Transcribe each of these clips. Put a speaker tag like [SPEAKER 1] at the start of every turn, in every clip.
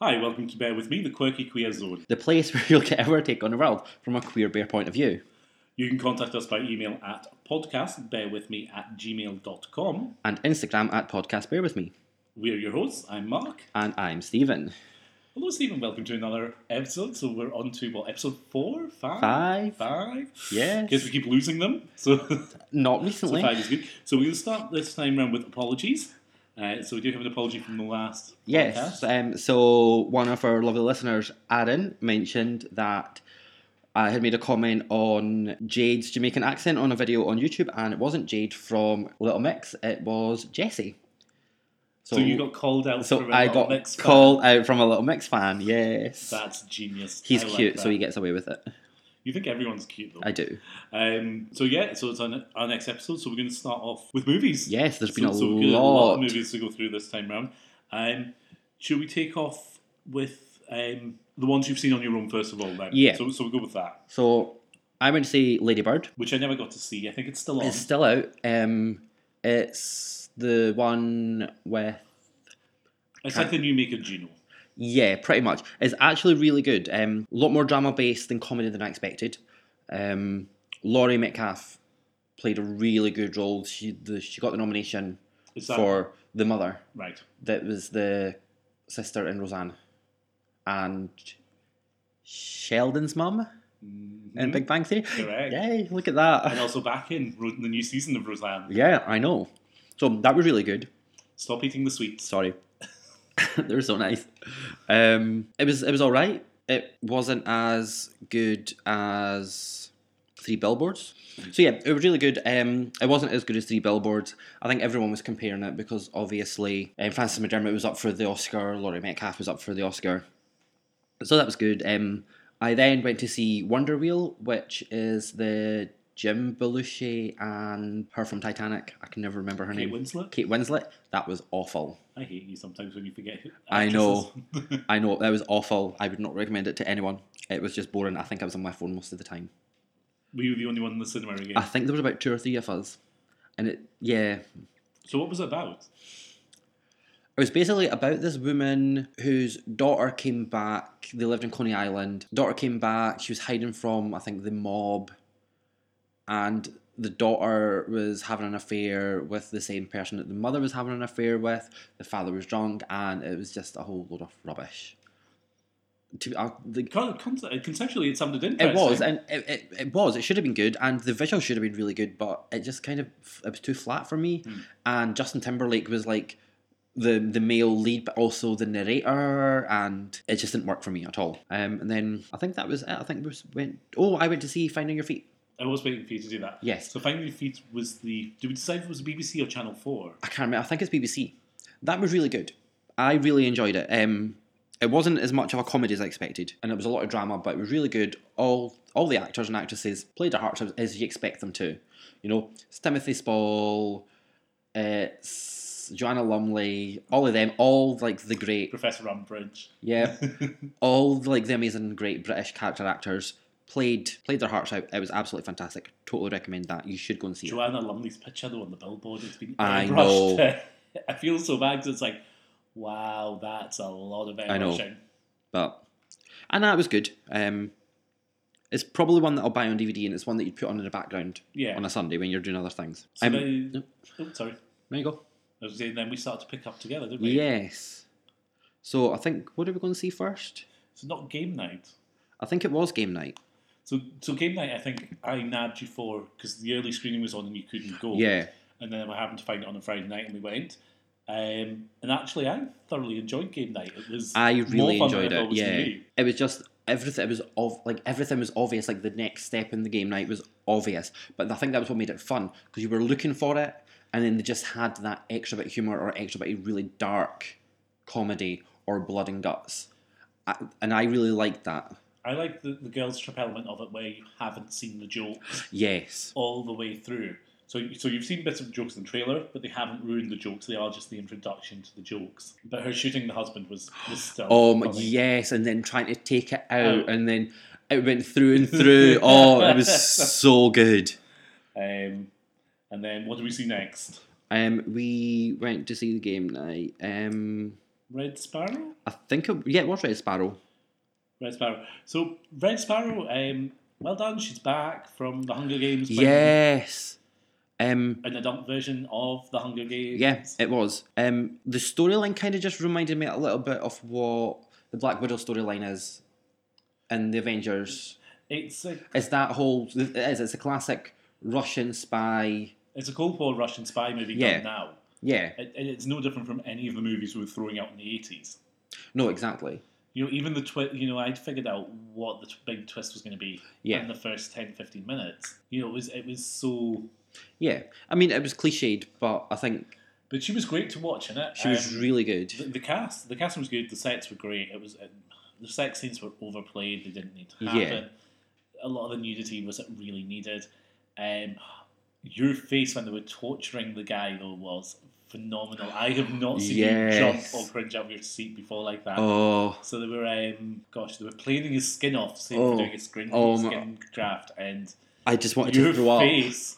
[SPEAKER 1] Hi, welcome to Bear With Me, the Quirky Queer Zone.
[SPEAKER 2] the place where you'll get our take on the world from a queer bear point of view.
[SPEAKER 1] You can contact us by email at podcast bearwithme at gmail.com.
[SPEAKER 2] And Instagram at Podcast Bear With Me.
[SPEAKER 1] We're your hosts. I'm Mark.
[SPEAKER 2] And I'm Stephen.
[SPEAKER 1] Hello, Stephen. Welcome to another episode. So we're on to, what, episode four? Five?
[SPEAKER 2] Five.
[SPEAKER 1] Five?
[SPEAKER 2] Yes.
[SPEAKER 1] Guess we keep losing them. So
[SPEAKER 2] Not
[SPEAKER 1] So
[SPEAKER 2] recently.
[SPEAKER 1] five is good. So we're going to start this time round with apologies. Uh, so we do have an apology from the last
[SPEAKER 2] yes.
[SPEAKER 1] podcast.
[SPEAKER 2] Um, so one of our lovely listeners, Aaron, mentioned that I had made a comment on Jade's Jamaican accent on a video on YouTube, and it wasn't Jade from Little Mix, it was Jessie.
[SPEAKER 1] So, you got called out
[SPEAKER 2] so
[SPEAKER 1] for a
[SPEAKER 2] I
[SPEAKER 1] Little
[SPEAKER 2] got
[SPEAKER 1] Mix fan.
[SPEAKER 2] called out from a Little Mix fan, yes.
[SPEAKER 1] That's genius.
[SPEAKER 2] He's
[SPEAKER 1] I like
[SPEAKER 2] cute, so
[SPEAKER 1] that.
[SPEAKER 2] he gets away with it.
[SPEAKER 1] You think everyone's cute though.
[SPEAKER 2] I do.
[SPEAKER 1] Um, so yeah, so it's on our next episode. So we're going to start off with movies.
[SPEAKER 2] Yes, there's
[SPEAKER 1] so,
[SPEAKER 2] been a,
[SPEAKER 1] so we've got
[SPEAKER 2] lot.
[SPEAKER 1] a lot of movies to go through this time round. Um, should we take off with um, the ones you've seen on your own first of all? Then
[SPEAKER 2] Yeah.
[SPEAKER 1] So, so we'll go with that,
[SPEAKER 2] So I would say Ladybird.
[SPEAKER 1] which I never got to see. I think it's still on.
[SPEAKER 2] It's still out. Um, it's the one with
[SPEAKER 1] It's like the new make of Gino.
[SPEAKER 2] yeah, pretty much. It's actually really good. Um, a lot more drama based than comedy than I expected. Um, Laurie Metcalf played a really good role. She the, she got the nomination
[SPEAKER 1] Is that
[SPEAKER 2] for the mother
[SPEAKER 1] right?
[SPEAKER 2] that was the sister in Roseanne, and Sheldon's mum in
[SPEAKER 1] Mhm.
[SPEAKER 2] Big Bang Theory.
[SPEAKER 1] Correct.
[SPEAKER 2] Yay! Look at that.
[SPEAKER 1] and also back in Ro- the new season of Roseanne.
[SPEAKER 2] Yeah, I know. So that was really good.
[SPEAKER 1] Stop eating the sweets.
[SPEAKER 2] Sorry, they were so nice. Um, it was it was all right. It wasn't as good as Three Billboards. So yeah, it was really good. Um, it wasn't as good as Three Billboards. I think everyone was comparing it because obviously um, Frances McDermott was up for the Oscar, Laurie Metcalf was up for the Oscar, so that was good. Um, I then went to see Wonder Wheel, which is the Jim Belushi and her from Titanic. I can never remember her
[SPEAKER 1] Kate
[SPEAKER 2] name.
[SPEAKER 1] Winslet.
[SPEAKER 2] Kate Winslet. That was awful.
[SPEAKER 1] I hate you sometimes when you forget. who-
[SPEAKER 2] I know.
[SPEAKER 1] actresses.
[SPEAKER 2] I know that was awful. I would not recommend it to anyone. It was just boring. I think I was on my phone most of the time.
[SPEAKER 1] Were you the only one in the cinema again?
[SPEAKER 2] I think there was about two or three of us, and it yeah.
[SPEAKER 1] so what was it about?
[SPEAKER 2] It was basically about this woman whose daughter came back. They lived in Coney Island. Daughter came back. She was hiding from I think the mob, and the daughter was having an affair with the same person that the mother was having an affair with. The father was drunk, and it was just a whole load of rubbish. To, uh, the,
[SPEAKER 1] Con- con- Conceptually, it sounded
[SPEAKER 2] It
[SPEAKER 1] interesting.
[SPEAKER 2] was, and it, it, it was. It should have been good, and the visual should have been really good, but it just kind of it was too flat for me. And Justin Timberlake was like the the male lead, but also the narrator, and it just didn't work for me at all. Um, and then I think that was it. I think we went. Oh, I went to see Finding Your Feet.
[SPEAKER 1] I was waiting for you to do that.
[SPEAKER 2] Yes.
[SPEAKER 1] So Finding Your Feet was the. Did we decide if it was BBC or Channel 4?
[SPEAKER 2] I can't remember. I think it's BBC. That was really good. I really enjoyed it. Um, it wasn't as much of a comedy as I expected, and it was a lot of drama, but it was really good. All all the actors and actresses played their hearts out as you expect them to. You know, it's Timothy Spall, it's Joanna Lumley, all of them, all like the great,
[SPEAKER 1] Professor Umbridge.
[SPEAKER 2] yeah, all like the amazing great British character actors played played their hearts out. It was absolutely fantastic. Totally recommend that. You should go and see it.
[SPEAKER 1] Joanna Lumley's picture, though, on the billboard, it's been
[SPEAKER 2] I
[SPEAKER 1] airbrushed.
[SPEAKER 2] know.
[SPEAKER 1] I feel so bad 'cause it's like, wow, that's a lot of airbrushing.
[SPEAKER 2] know. But and that was good. Um, it's probably one that I'll buy on DVD, and it's one that you'd put on in the background
[SPEAKER 1] Yeah.
[SPEAKER 2] on a Sunday when you're doing other things.
[SPEAKER 1] So
[SPEAKER 2] Um,
[SPEAKER 1] then,
[SPEAKER 2] yep.
[SPEAKER 1] oh, sorry.
[SPEAKER 2] there you go.
[SPEAKER 1] I was saying then we started to pick up together, didn't we?
[SPEAKER 2] Yes. So I think what are we going to see first?
[SPEAKER 1] It's not game night.
[SPEAKER 2] I think it was game night.
[SPEAKER 1] So, so game night, I think I nabbed you for because the early screening was on and you couldn't go.
[SPEAKER 2] Yeah,
[SPEAKER 1] And then I happened to find it on a Friday night and we went. Um, and actually, I thoroughly enjoyed game night. It was
[SPEAKER 2] I
[SPEAKER 1] more
[SPEAKER 2] really
[SPEAKER 1] fun than
[SPEAKER 2] enjoyed
[SPEAKER 1] I thought
[SPEAKER 2] it.
[SPEAKER 1] was gonna
[SPEAKER 2] Yeah,
[SPEAKER 1] be.
[SPEAKER 2] it was just everything. It was ov- like everything was obvious. Like the next step in the game night was obvious, but I think that was what made it fun because you were looking for it, and then they just had that extra bit of humor or extra bit of really dark comedy or blood and guts, I, and I really liked that.
[SPEAKER 1] I like the, the girls trip element of it where you haven't seen the jokes
[SPEAKER 2] Yes,
[SPEAKER 1] all the way through. So, so you've seen bits of jokes in the trailer, but they haven't ruined the jokes. They are just the introduction to the jokes. But her shooting the husband was, was still.
[SPEAKER 2] um,
[SPEAKER 1] funny.
[SPEAKER 2] yes, and then trying to take it
[SPEAKER 1] Oh.
[SPEAKER 2] out, and then it went through and through. oh, it was so good.
[SPEAKER 1] Um, and then what do we see next?
[SPEAKER 2] Um, we went to see the game night. Um,
[SPEAKER 1] Red Sparrow?
[SPEAKER 2] I think it, yeah, it was Red Sparrow.
[SPEAKER 1] Red Sparrow. So Red Sparrow, um, well done. She's back from the Hunger Games. playing
[SPEAKER 2] Yes. Um,
[SPEAKER 1] An adult version of the Hunger Games.
[SPEAKER 2] yeah, it was. Um, the storyline kind of just reminded me a little bit of what the Black Widow storyline is in the Avengers.
[SPEAKER 1] It's a
[SPEAKER 2] It's that whole. It is. It's a classic Russian spy.
[SPEAKER 1] it's a Cold War Russian spy movie
[SPEAKER 2] Yeah.
[SPEAKER 1] done now.
[SPEAKER 2] Yeah.
[SPEAKER 1] It, and it's no different from any of the movies we were throwing out in the eighties.
[SPEAKER 2] No, exactly.
[SPEAKER 1] You know, even the twi- you know, I'd figured out what the t- big twist was going to be
[SPEAKER 2] Yeah.
[SPEAKER 1] in the first 10, 15 minutes. You know, it was it was so.
[SPEAKER 2] Yeah. I mean, it was cliched, but I think
[SPEAKER 1] But she was great to watch in it.
[SPEAKER 2] she was
[SPEAKER 1] Um,
[SPEAKER 2] really good.
[SPEAKER 1] the, the cast, the cast was good. The sets were great. It was uh, the sex scenes were overplayed. They didn't need to
[SPEAKER 2] Yeah.
[SPEAKER 1] happen. A lot of the nudity was really needed. Um, your face when they were torturing the guy though was phenomenal. I have not seen
[SPEAKER 2] Yes.
[SPEAKER 1] you jump or cringe out of your seat before like that.
[SPEAKER 2] Oh,
[SPEAKER 1] So they were, um, gosh, they were planing his skin off, saying
[SPEAKER 2] Oh.
[SPEAKER 1] for doing a skin,
[SPEAKER 2] Oh, my-
[SPEAKER 1] skin graft, and
[SPEAKER 2] I just wanted
[SPEAKER 1] your
[SPEAKER 2] to throw up.
[SPEAKER 1] face.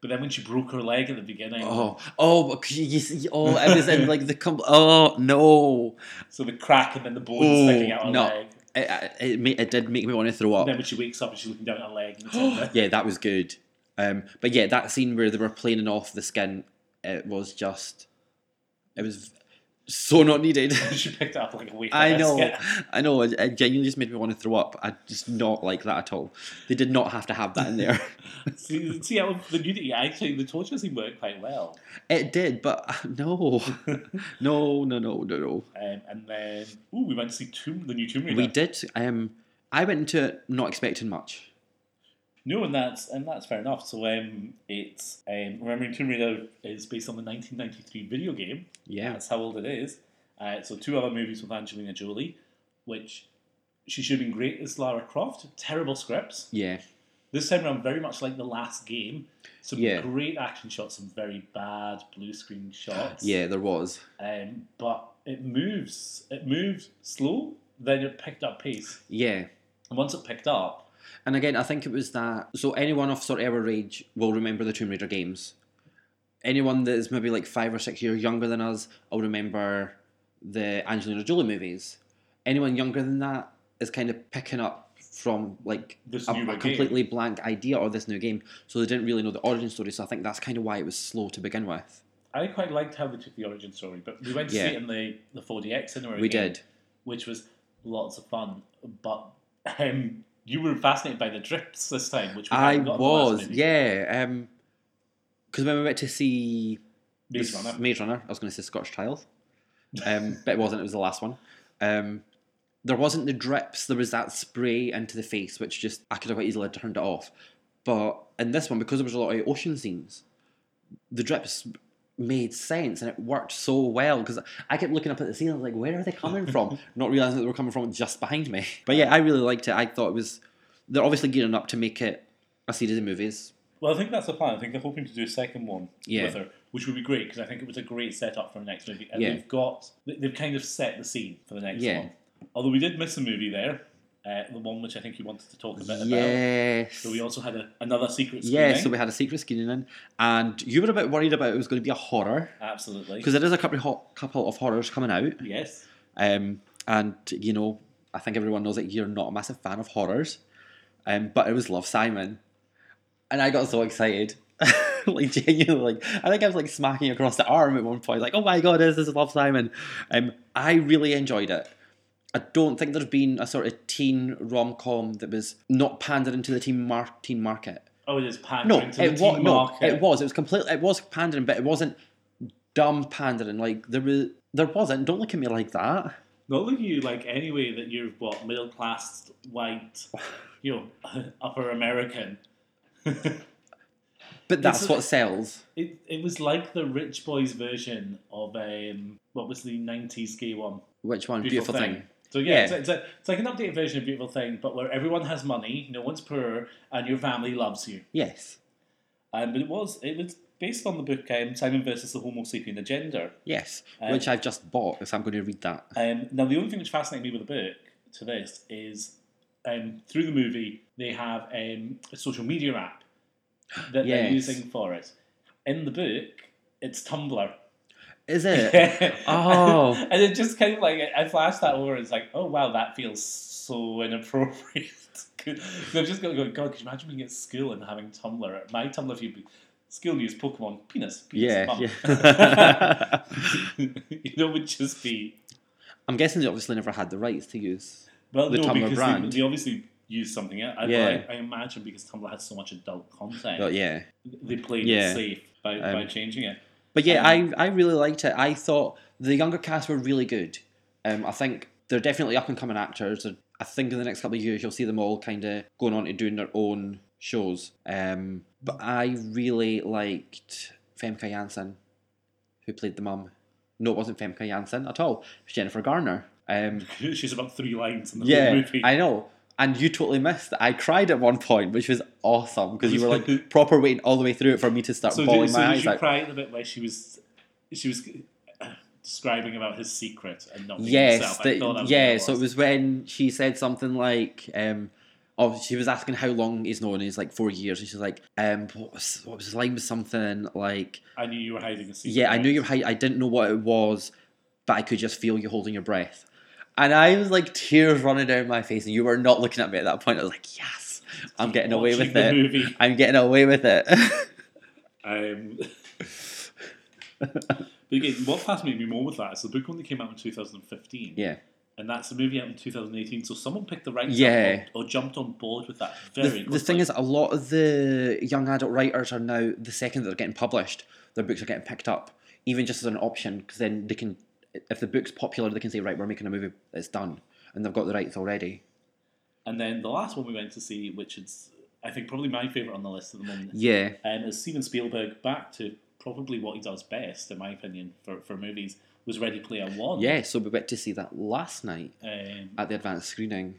[SPEAKER 1] But then when she broke her leg at the beginning,
[SPEAKER 2] Oh, oh, but c- you see, oh, it was in like the com- oh no,
[SPEAKER 1] so the crack and then the bone
[SPEAKER 2] Oh,
[SPEAKER 1] sticking out her
[SPEAKER 2] no.
[SPEAKER 1] leg.
[SPEAKER 2] it, I- it, ma- it did make me want to throw
[SPEAKER 1] And then
[SPEAKER 2] up.
[SPEAKER 1] when she wakes up and she's looking down at her leg, and it's all there.
[SPEAKER 2] Yeah, that was good. Um, but yeah, that scene where they were planing off the skin, it was just, it was so not needed.
[SPEAKER 1] she picked it up like a wafer.
[SPEAKER 2] I know,
[SPEAKER 1] biscuit.
[SPEAKER 2] I know. It, it genuinely just made me want to throw up. I just not like that at all. They did not have to have that in there.
[SPEAKER 1] See, see how the nudity actually the torture scene worked quite well.
[SPEAKER 2] it did, but uh, no, no, no, no, no, no.
[SPEAKER 1] Um, and then, ooh, we went to see Tomb, the new Tomb Raider.
[SPEAKER 2] We did. Um, I went into it not expecting much.
[SPEAKER 1] No, and that's and that's fair enough. So um, it's um, remembering Tomb Raider is based on the 1993 video game.
[SPEAKER 2] Yeah.
[SPEAKER 1] That's how old it is. Uh, so two other movies with Angelina Jolie, which she should have been great as Lara Croft. Terrible scripts.
[SPEAKER 2] Yeah.
[SPEAKER 1] This time around, very much like the last game. Some
[SPEAKER 2] Yeah.
[SPEAKER 1] great action shots, some very bad blue screen shots.
[SPEAKER 2] Yeah, there was.
[SPEAKER 1] Um, but it moves. It moves slow. Then it picked up pace,
[SPEAKER 2] Yeah.
[SPEAKER 1] and once it picked up,
[SPEAKER 2] And again, I think it was that. So anyone of sort of our age will remember the Tomb Raider games. Anyone that is maybe like five or six years younger than us will remember the Angelina Jolie movies. Anyone younger than that is kind of picking up from like
[SPEAKER 1] this
[SPEAKER 2] a,
[SPEAKER 1] new
[SPEAKER 2] a
[SPEAKER 1] game.
[SPEAKER 2] completely blank idea or this new game. So they didn't really know the origin story. So I think that's kind of why it was slow to begin with.
[SPEAKER 1] I quite liked how they took the origin story, but we went to
[SPEAKER 2] Yeah.
[SPEAKER 1] see it in the the 4DX cinema.
[SPEAKER 2] We
[SPEAKER 1] again,
[SPEAKER 2] did.
[SPEAKER 1] which was lots of fun. But um, you were fascinated by the drips this time, which we
[SPEAKER 2] I
[SPEAKER 1] hadn't got in the last
[SPEAKER 2] was,
[SPEAKER 1] movie.
[SPEAKER 2] yeah. Because when we went to see
[SPEAKER 1] Maze
[SPEAKER 2] this-
[SPEAKER 1] Runner.
[SPEAKER 2] Maze Runner, I was going to say Scottish Child, um, but it wasn't. It was the last one. Um, there wasn't the drips. There was that spray into the face, which just I could have quite easily turned it off. But in this one, because there was a lot of ocean scenes, the drips made sense and it worked so well because I kept looking up at the ceiling like, where are they coming from? Not realizing that they were coming from just behind me. But yeah, I really liked it. I thought it was. They're obviously gearing up to make it a series of movies.
[SPEAKER 1] Well, I think that's the plan. I think they're hoping to do a second one
[SPEAKER 2] Yeah.
[SPEAKER 1] with her, which would be great because I think it was a great setup for the next movie. And
[SPEAKER 2] Yeah.
[SPEAKER 1] they've got they- they've kind of set the scene for the next
[SPEAKER 2] Yeah.
[SPEAKER 1] one. Although we did miss a movie there, uh, the one which I think you wanted to talk a bit about.
[SPEAKER 2] Yes.
[SPEAKER 1] So we also had a, another secret screening.
[SPEAKER 2] Yeah, so we had a secret screening in, and you were a bit worried about it was going to be a horror
[SPEAKER 1] absolutely.
[SPEAKER 2] because there is a couple of, ho- couple of horrors coming out,
[SPEAKER 1] Yes.
[SPEAKER 2] um, and you know I think everyone knows that you're not a massive fan of horrors, um, but it was Love Simon, and I got so excited. like genuinely, like, I think I was like smacking across the arm at one point, like, "Oh my god, is this Love Simon?" Um, I really enjoyed it. I don't think there's been a sort of teen rom com that was not pandering to the teen, mar- teen market.
[SPEAKER 1] Oh, it is pandering
[SPEAKER 2] No,
[SPEAKER 1] to the
[SPEAKER 2] it
[SPEAKER 1] teen
[SPEAKER 2] was no,
[SPEAKER 1] market.
[SPEAKER 2] it was. It was complete. It was pandering, but it wasn't dumb pandering. Like there was, there wasn't. Don't look at me like that.
[SPEAKER 1] Not looking at you like anyway that you're what middle class white, you know, upper American.
[SPEAKER 2] But that's
[SPEAKER 1] It's-
[SPEAKER 2] what sells.
[SPEAKER 1] It, it was like the rich boys version of um what was the nineties gay one
[SPEAKER 2] Which one? Beautiful, thing.
[SPEAKER 1] So yeah,
[SPEAKER 2] Yeah.
[SPEAKER 1] It's, it's, a, it's like an updated version of Beautiful Thing, but where everyone has money, no one's poor, and your family loves you.
[SPEAKER 2] Yes.
[SPEAKER 1] Um, but it was it was based on the book um, Simon versus the Homo sapien agenda.
[SPEAKER 2] Yes.
[SPEAKER 1] Uh,
[SPEAKER 2] Which I've just bought. If I'm going to read that.
[SPEAKER 1] Um, now, the only thing which fascinated me with the book to this is um, through the movie, they have um, a social media app that they're
[SPEAKER 2] Yes.
[SPEAKER 1] using for it. In the book, it's Tumblr.
[SPEAKER 2] Is it? Oh.
[SPEAKER 1] and it just kind of like I flashed that over. It's like, oh wow, that feels so inappropriate. 'Cause I've just got to go. God, could you imagine being at school and having Tumblr? My Tumblr feed would be school news, Pokemon, penis, penis,
[SPEAKER 2] yeah.
[SPEAKER 1] mum.
[SPEAKER 2] yeah.
[SPEAKER 1] you know, it would just be
[SPEAKER 2] I'm guessing they obviously never had the rights to use.
[SPEAKER 1] well,
[SPEAKER 2] The
[SPEAKER 1] no,
[SPEAKER 2] Tumblr
[SPEAKER 1] because they-
[SPEAKER 2] brand.
[SPEAKER 1] They, obviously use something. else. I,
[SPEAKER 2] Yeah.
[SPEAKER 1] I, I imagine because Tumblr had so much adult content,
[SPEAKER 2] But yeah.
[SPEAKER 1] they played
[SPEAKER 2] Yeah.
[SPEAKER 1] it safe by, by
[SPEAKER 2] Um,
[SPEAKER 1] changing it.
[SPEAKER 2] But yeah,
[SPEAKER 1] Um,
[SPEAKER 2] I, I really liked it. I thought the younger cast were really good. Um, I think they're definitely up and coming actors. And I think in the next couple of years you'll see them all kind of going on to doing their own shows. Um, but I really liked Femke Janssen, who played the mum. No, it wasn't Femke Janssen at all. It was Jennifer Garner. Um,
[SPEAKER 1] She's about three lines in the whole
[SPEAKER 2] yeah,
[SPEAKER 1] movie.
[SPEAKER 2] I know. And you totally missed. that. I cried at one point, which was awesome because you were like proper waiting all the way through it for me to start
[SPEAKER 1] so
[SPEAKER 2] bawling
[SPEAKER 1] did, so
[SPEAKER 2] my
[SPEAKER 1] did
[SPEAKER 2] eyes
[SPEAKER 1] you
[SPEAKER 2] out.
[SPEAKER 1] cry at the bit where she was she was describing about his secret and not being
[SPEAKER 2] Yes,
[SPEAKER 1] herself? I
[SPEAKER 2] the-
[SPEAKER 1] thought that was what
[SPEAKER 2] yeah.
[SPEAKER 1] it
[SPEAKER 2] So it was when she said something like, um, "Oh, she was asking how long he's known. And he's like four years." And she's like, um, "What was what was his line was something like,
[SPEAKER 1] I knew you were hiding a secret.
[SPEAKER 2] yeah, I knew you. High, I didn't know what it was, but I could just feel you holding your breath." And I was like tears running down my face, and you were not looking at me at that point. I was like, "Yes, I'm getting away
[SPEAKER 1] Watching
[SPEAKER 2] with
[SPEAKER 1] the
[SPEAKER 2] it.
[SPEAKER 1] movie.
[SPEAKER 2] I'm getting away with it."
[SPEAKER 1] Um, but again, what fascinated me more with that is the book only came out in 2015,
[SPEAKER 2] yeah.
[SPEAKER 1] and that's the movie out in 2018. So someone picked the right
[SPEAKER 2] Yeah.
[SPEAKER 1] or, or jumped on board with that very
[SPEAKER 2] the, the
[SPEAKER 1] quickly.
[SPEAKER 2] thing is, a lot of the young adult writers are now the second that they're getting published, their books are getting picked up, even just as an option, because then they can, if the book's popular, they can say, right, we're making a movie, it's done, and they've got the rights already.
[SPEAKER 1] and then the last one we went to see, which is I think probably my favorite on the list at the moment,
[SPEAKER 2] Yeah,
[SPEAKER 1] um, is Steven Spielberg back to probably what he does best, in my opinion, for, for movies, was Ready Player One.
[SPEAKER 2] yeah. So we went to see that last night
[SPEAKER 1] Um,
[SPEAKER 2] at the advanced screening.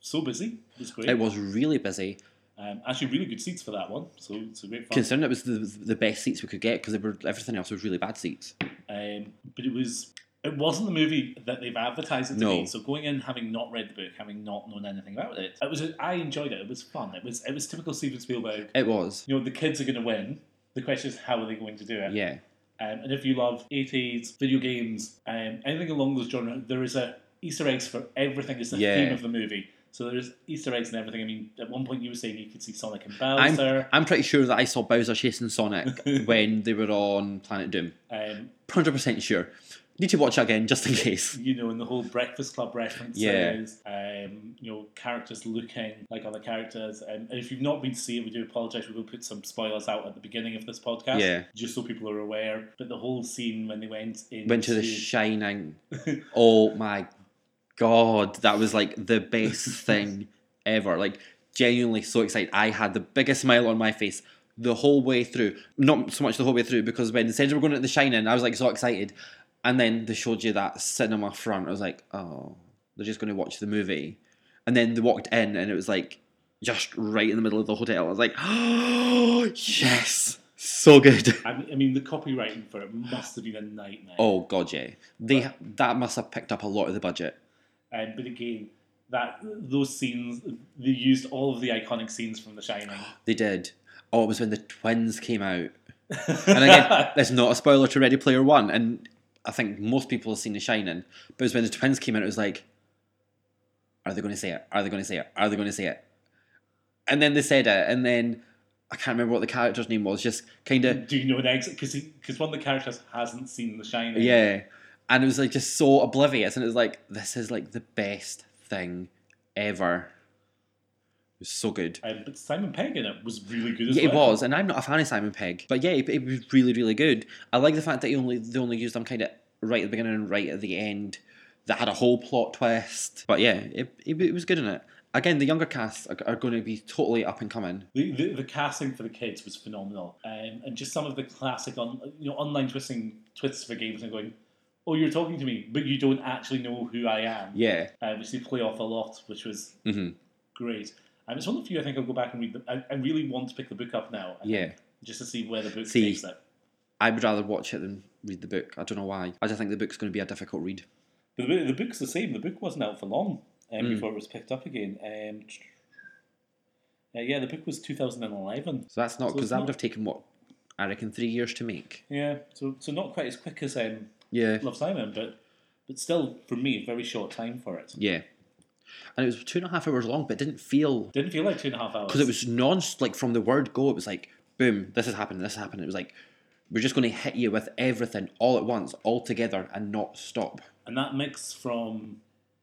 [SPEAKER 1] so busy. It was great.
[SPEAKER 2] It was really busy,
[SPEAKER 1] Um, actually, really good seats for that one. So it's a great fun.
[SPEAKER 2] considering it was the the best seats we could get because were everything else was really bad seats.
[SPEAKER 1] Um, but it was it wasn't the movie that they've advertised it to
[SPEAKER 2] No.
[SPEAKER 1] be. So going in having not read the book, having not known anything about it, it was I enjoyed it. It was fun. It was it was typical Steven Spielberg.
[SPEAKER 2] It was,
[SPEAKER 1] You know, the kids are going to win. The question is, how are they going to do it?
[SPEAKER 2] yeah,
[SPEAKER 1] Um, and if you love 80s video games, um, anything along those genres, there is a Easter eggs for everything. It's the
[SPEAKER 2] Yeah.
[SPEAKER 1] theme of the movie. So there's Easter eggs and everything. I mean, at one point you were saying you could see Sonic and Bowser.
[SPEAKER 2] I'm pretty sure that I saw Bowser chasing Sonic when they were on Planet Doom.
[SPEAKER 1] Um,
[SPEAKER 2] hundred percent sure. Need to watch it again just in case.
[SPEAKER 1] you know, in the whole Breakfast Club references.
[SPEAKER 2] Yeah.
[SPEAKER 1] Um, you know, characters looking like other characters. Um, and if you've not been to see it, we do apologise. We will put some spoilers out at the beginning of this podcast.
[SPEAKER 2] Yeah.
[SPEAKER 1] Just so people are aware. But the whole scene when they went in
[SPEAKER 2] Went to The Shining. oh my god, that was like the best thing ever. Like genuinely so excited. I had the biggest smile on my face the whole way through. Not so much the whole way through because when they said we're going to The Shining, I was like so excited. And then they showed you that cinema front. I was like, oh, they're just going to watch the movie. And then they walked in and it was like just right in the middle of the hotel. I was like, oh, yes. So good.
[SPEAKER 1] I mean, I mean, the copywriting for it must have been a nightmare.
[SPEAKER 2] Oh god, yeah. They that must have picked up a lot of the budget.
[SPEAKER 1] Um, but again, that those scenes they used all of the iconic scenes from The Shining.
[SPEAKER 2] They did. Oh, it was when the twins came out. And again, that's not a spoiler to Ready Player One, and I think most people have seen The Shining. But it was when the twins came out, it was like, are they going to say it? Are they going to say it? Are they going to say it? And then they said it, and then I can't remember what the character's name was. Just kind of
[SPEAKER 1] do you know an exit? Because because one of the characters hasn't seen The Shining.
[SPEAKER 2] Yeah. And it was like just so oblivious and it was like, this is like the best thing ever. It was so good.
[SPEAKER 1] Um, but Simon Pegg in it was really good as
[SPEAKER 2] Yeah, it
[SPEAKER 1] well.
[SPEAKER 2] was, and I'm not a fan of Simon Pegg, but yeah, it, it was really, really good. I like the fact that he only they only used them kind of right at the beginning and right at the end. That had a whole plot twist, but yeah, it, it, it was good in it. Again, the younger cast are, are going to be totally up and coming.
[SPEAKER 1] The, the, the casting for the kids was phenomenal, um, and just some of the classic on you know online twisting twists for games and going, oh, you're talking to me, but you don't actually know who I am.
[SPEAKER 2] Yeah,
[SPEAKER 1] uh, which they play off a lot, which was
[SPEAKER 2] Mhm.
[SPEAKER 1] great. Um, it's one of the few I think I'll go back and read. The, I, I really want to pick the book up now, I think,
[SPEAKER 2] yeah.
[SPEAKER 1] just to see where the book
[SPEAKER 2] See.
[SPEAKER 1] takes it.
[SPEAKER 2] I would rather watch it than read the book. I don't know why. I just think the book's going to be a difficult read.
[SPEAKER 1] But the, the book's the same. The book wasn't out for long um,
[SPEAKER 2] Hmm.
[SPEAKER 1] before it was picked up again. Um, uh, yeah, the book was 2011.
[SPEAKER 2] So that's
[SPEAKER 1] So
[SPEAKER 2] not
[SPEAKER 1] it's
[SPEAKER 2] because that
[SPEAKER 1] not-
[SPEAKER 2] would have taken what I reckon three years to make.
[SPEAKER 1] Yeah, so so not quite as quick as um,
[SPEAKER 2] Yeah.
[SPEAKER 1] Love Simon, but but still for me, very short time for it.
[SPEAKER 2] Yeah. And it was two and a half hours long, but it didn't feel
[SPEAKER 1] Didn't feel like two and a half hours.
[SPEAKER 2] because it was non like from the word go, it was like boom, this has happened, this has happened. It was like we're just going to hit you with everything all at once, all together, and not stop.
[SPEAKER 1] and that mix from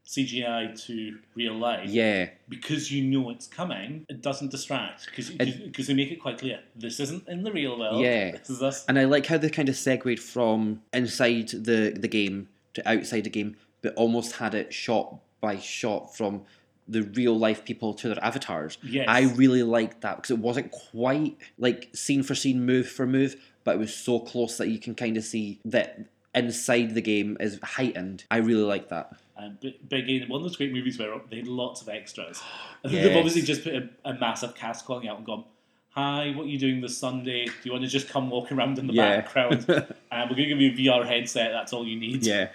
[SPEAKER 1] CGI to real life,
[SPEAKER 2] Yeah,
[SPEAKER 1] because you know it's coming, it doesn't distract because because they make it quite clear this isn't in the real world.
[SPEAKER 2] Yeah.
[SPEAKER 1] this is us.
[SPEAKER 2] and I like how they kind of segued from inside the the game to outside the game, but almost had it shot by shot from the real life people to their avatars.
[SPEAKER 1] Yes.
[SPEAKER 2] I really liked that because it wasn't quite like scene for scene, move for move, but it was so close that you can kind of see that inside the game is heightened. I really like that.
[SPEAKER 1] Um, but, but again, one of those great movies where they had lots of extras. I think
[SPEAKER 2] Yes.
[SPEAKER 1] They've obviously just put a, a massive cast calling out and gone, Hi, what are you doing this Sunday? Do you want to just come walk around in the
[SPEAKER 2] Yeah.
[SPEAKER 1] background? uh, we're going to give you a VR headset, that's all you need.
[SPEAKER 2] Yeah.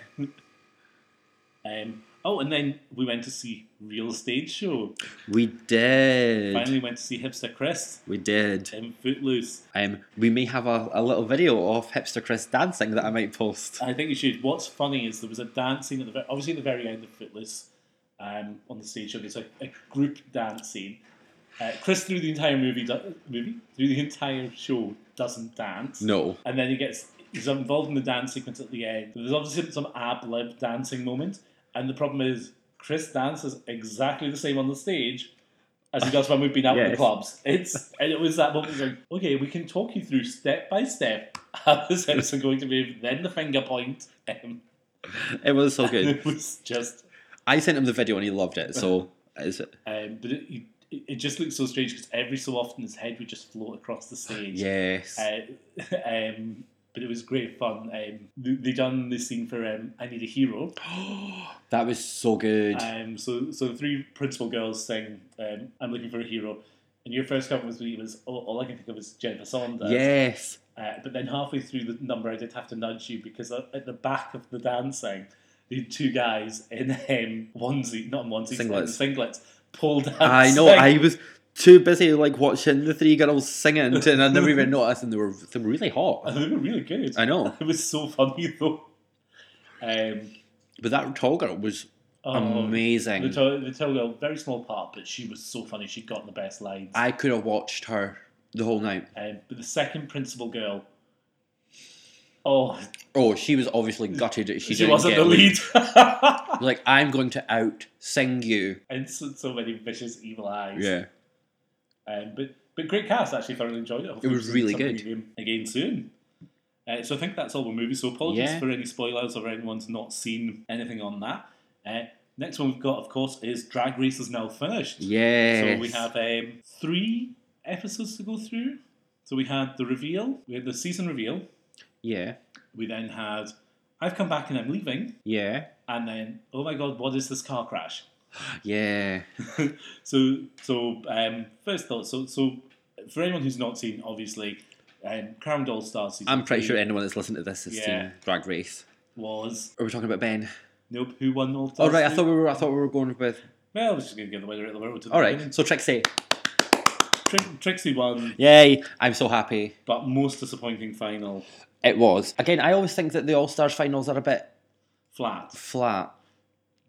[SPEAKER 1] Um, oh, and then we went to see Real Stage Show.
[SPEAKER 2] We did.
[SPEAKER 1] Finally went to see Hipster Chris
[SPEAKER 2] We did.
[SPEAKER 1] in Footloose.
[SPEAKER 2] Um, we may have a, a little video of Hipster Chris dancing that I might post.
[SPEAKER 1] I think you should. What's funny is there was a dance scene at the very, obviously at the very end of Footloose um, on the stage show. There's a, a group dance scene. Uh, Chris through the entire movie, do- movie through the entire show doesn't dance.
[SPEAKER 2] No.
[SPEAKER 1] And then he gets he's involved in the dance sequence at the end. There's obviously some ab lib dancing moment, and the problem is Chris dances exactly the same on the stage as he does when we've been out in the
[SPEAKER 2] Yes.
[SPEAKER 1] clubs. It's and it was that moment where, okay, we can talk you through step by step how the steps are going to move, then the finger point. Um,
[SPEAKER 2] It was so good.
[SPEAKER 1] it was just,
[SPEAKER 2] I sent him the video and he loved it. So is it?
[SPEAKER 1] um, but it, it, it just looks so strange because every so often his head would just float across the stage.
[SPEAKER 2] Yes.
[SPEAKER 1] Uh, um, but it was great fun. Um, they, they done this scene for um, "I Need a Hero,"
[SPEAKER 2] that was so good.
[SPEAKER 1] um, so so the three principal girls sing um, "I'm looking for a hero," and your first comment was me was all, all I can think of was Jennifer Saunders.
[SPEAKER 2] yes.
[SPEAKER 1] Uh, but then halfway through the number, I did have to nudge you because at at the back of the dancing, the two guys in um, onesie, not in onesies, in
[SPEAKER 2] Singlets.
[SPEAKER 1] singlets, pulled.
[SPEAKER 2] I know. I was too busy like watching the three girls singing and I never even noticed and they were, they were really hot.
[SPEAKER 1] They were really good.
[SPEAKER 2] I know.
[SPEAKER 1] It was so funny though. Um,
[SPEAKER 2] But that tall girl was
[SPEAKER 1] oh,
[SPEAKER 2] amazing.
[SPEAKER 1] The tell, the tell girl, very small part, but she was so funny. She got the best lines.
[SPEAKER 2] I could have watched her the whole night.
[SPEAKER 1] um, but the second principal girl, oh,
[SPEAKER 2] Oh, she was obviously gutted that she,
[SPEAKER 1] she,
[SPEAKER 2] didn't
[SPEAKER 1] wasn't
[SPEAKER 2] get
[SPEAKER 1] the
[SPEAKER 2] a
[SPEAKER 1] lead.
[SPEAKER 2] Like, I'm going to out sing you.
[SPEAKER 1] and so, so many vicious evil eyes. Um, but but great cast. Actually, thoroughly enjoyed it. Hopefully
[SPEAKER 2] was
[SPEAKER 1] we'll see
[SPEAKER 2] really
[SPEAKER 1] something
[SPEAKER 2] good.
[SPEAKER 1] again, again soon. Uh, so I think that's all the movies. So apologies
[SPEAKER 2] Yeah.
[SPEAKER 1] for any spoilers or anyone's not seen anything on that. Uh, next one we've got, of course, is Drag Race is now finished.
[SPEAKER 2] Yes.
[SPEAKER 1] So we have um, three episodes to go through. So we had the reveal, we had the season reveal,
[SPEAKER 2] Yeah.
[SPEAKER 1] we then had I've come back and I'm leaving,
[SPEAKER 2] Yeah.
[SPEAKER 1] and then oh my god, what is this car crash?
[SPEAKER 2] Yeah.
[SPEAKER 1] So so um, first thought. So so for anyone who's not seen, obviously, um, Crown Doll Star season.
[SPEAKER 2] I'm pretty
[SPEAKER 1] three
[SPEAKER 2] sure anyone that's listened to this has
[SPEAKER 1] Yeah.
[SPEAKER 2] seen Drag Race.
[SPEAKER 1] was
[SPEAKER 2] Are we talking about Ben?
[SPEAKER 1] nope. Who won all?
[SPEAKER 2] Oh right, I
[SPEAKER 1] three?
[SPEAKER 2] thought we were. I thought we were going with.
[SPEAKER 1] Well, I was just gonna give the winner of the world to the
[SPEAKER 2] All right,
[SPEAKER 1] women.
[SPEAKER 2] so Trixie,
[SPEAKER 1] Tri- Trixie won,
[SPEAKER 2] yay! I'm so happy.
[SPEAKER 1] but most disappointing final
[SPEAKER 2] It was again. I always think that the All Stars finals are a bit
[SPEAKER 1] flat.
[SPEAKER 2] flat.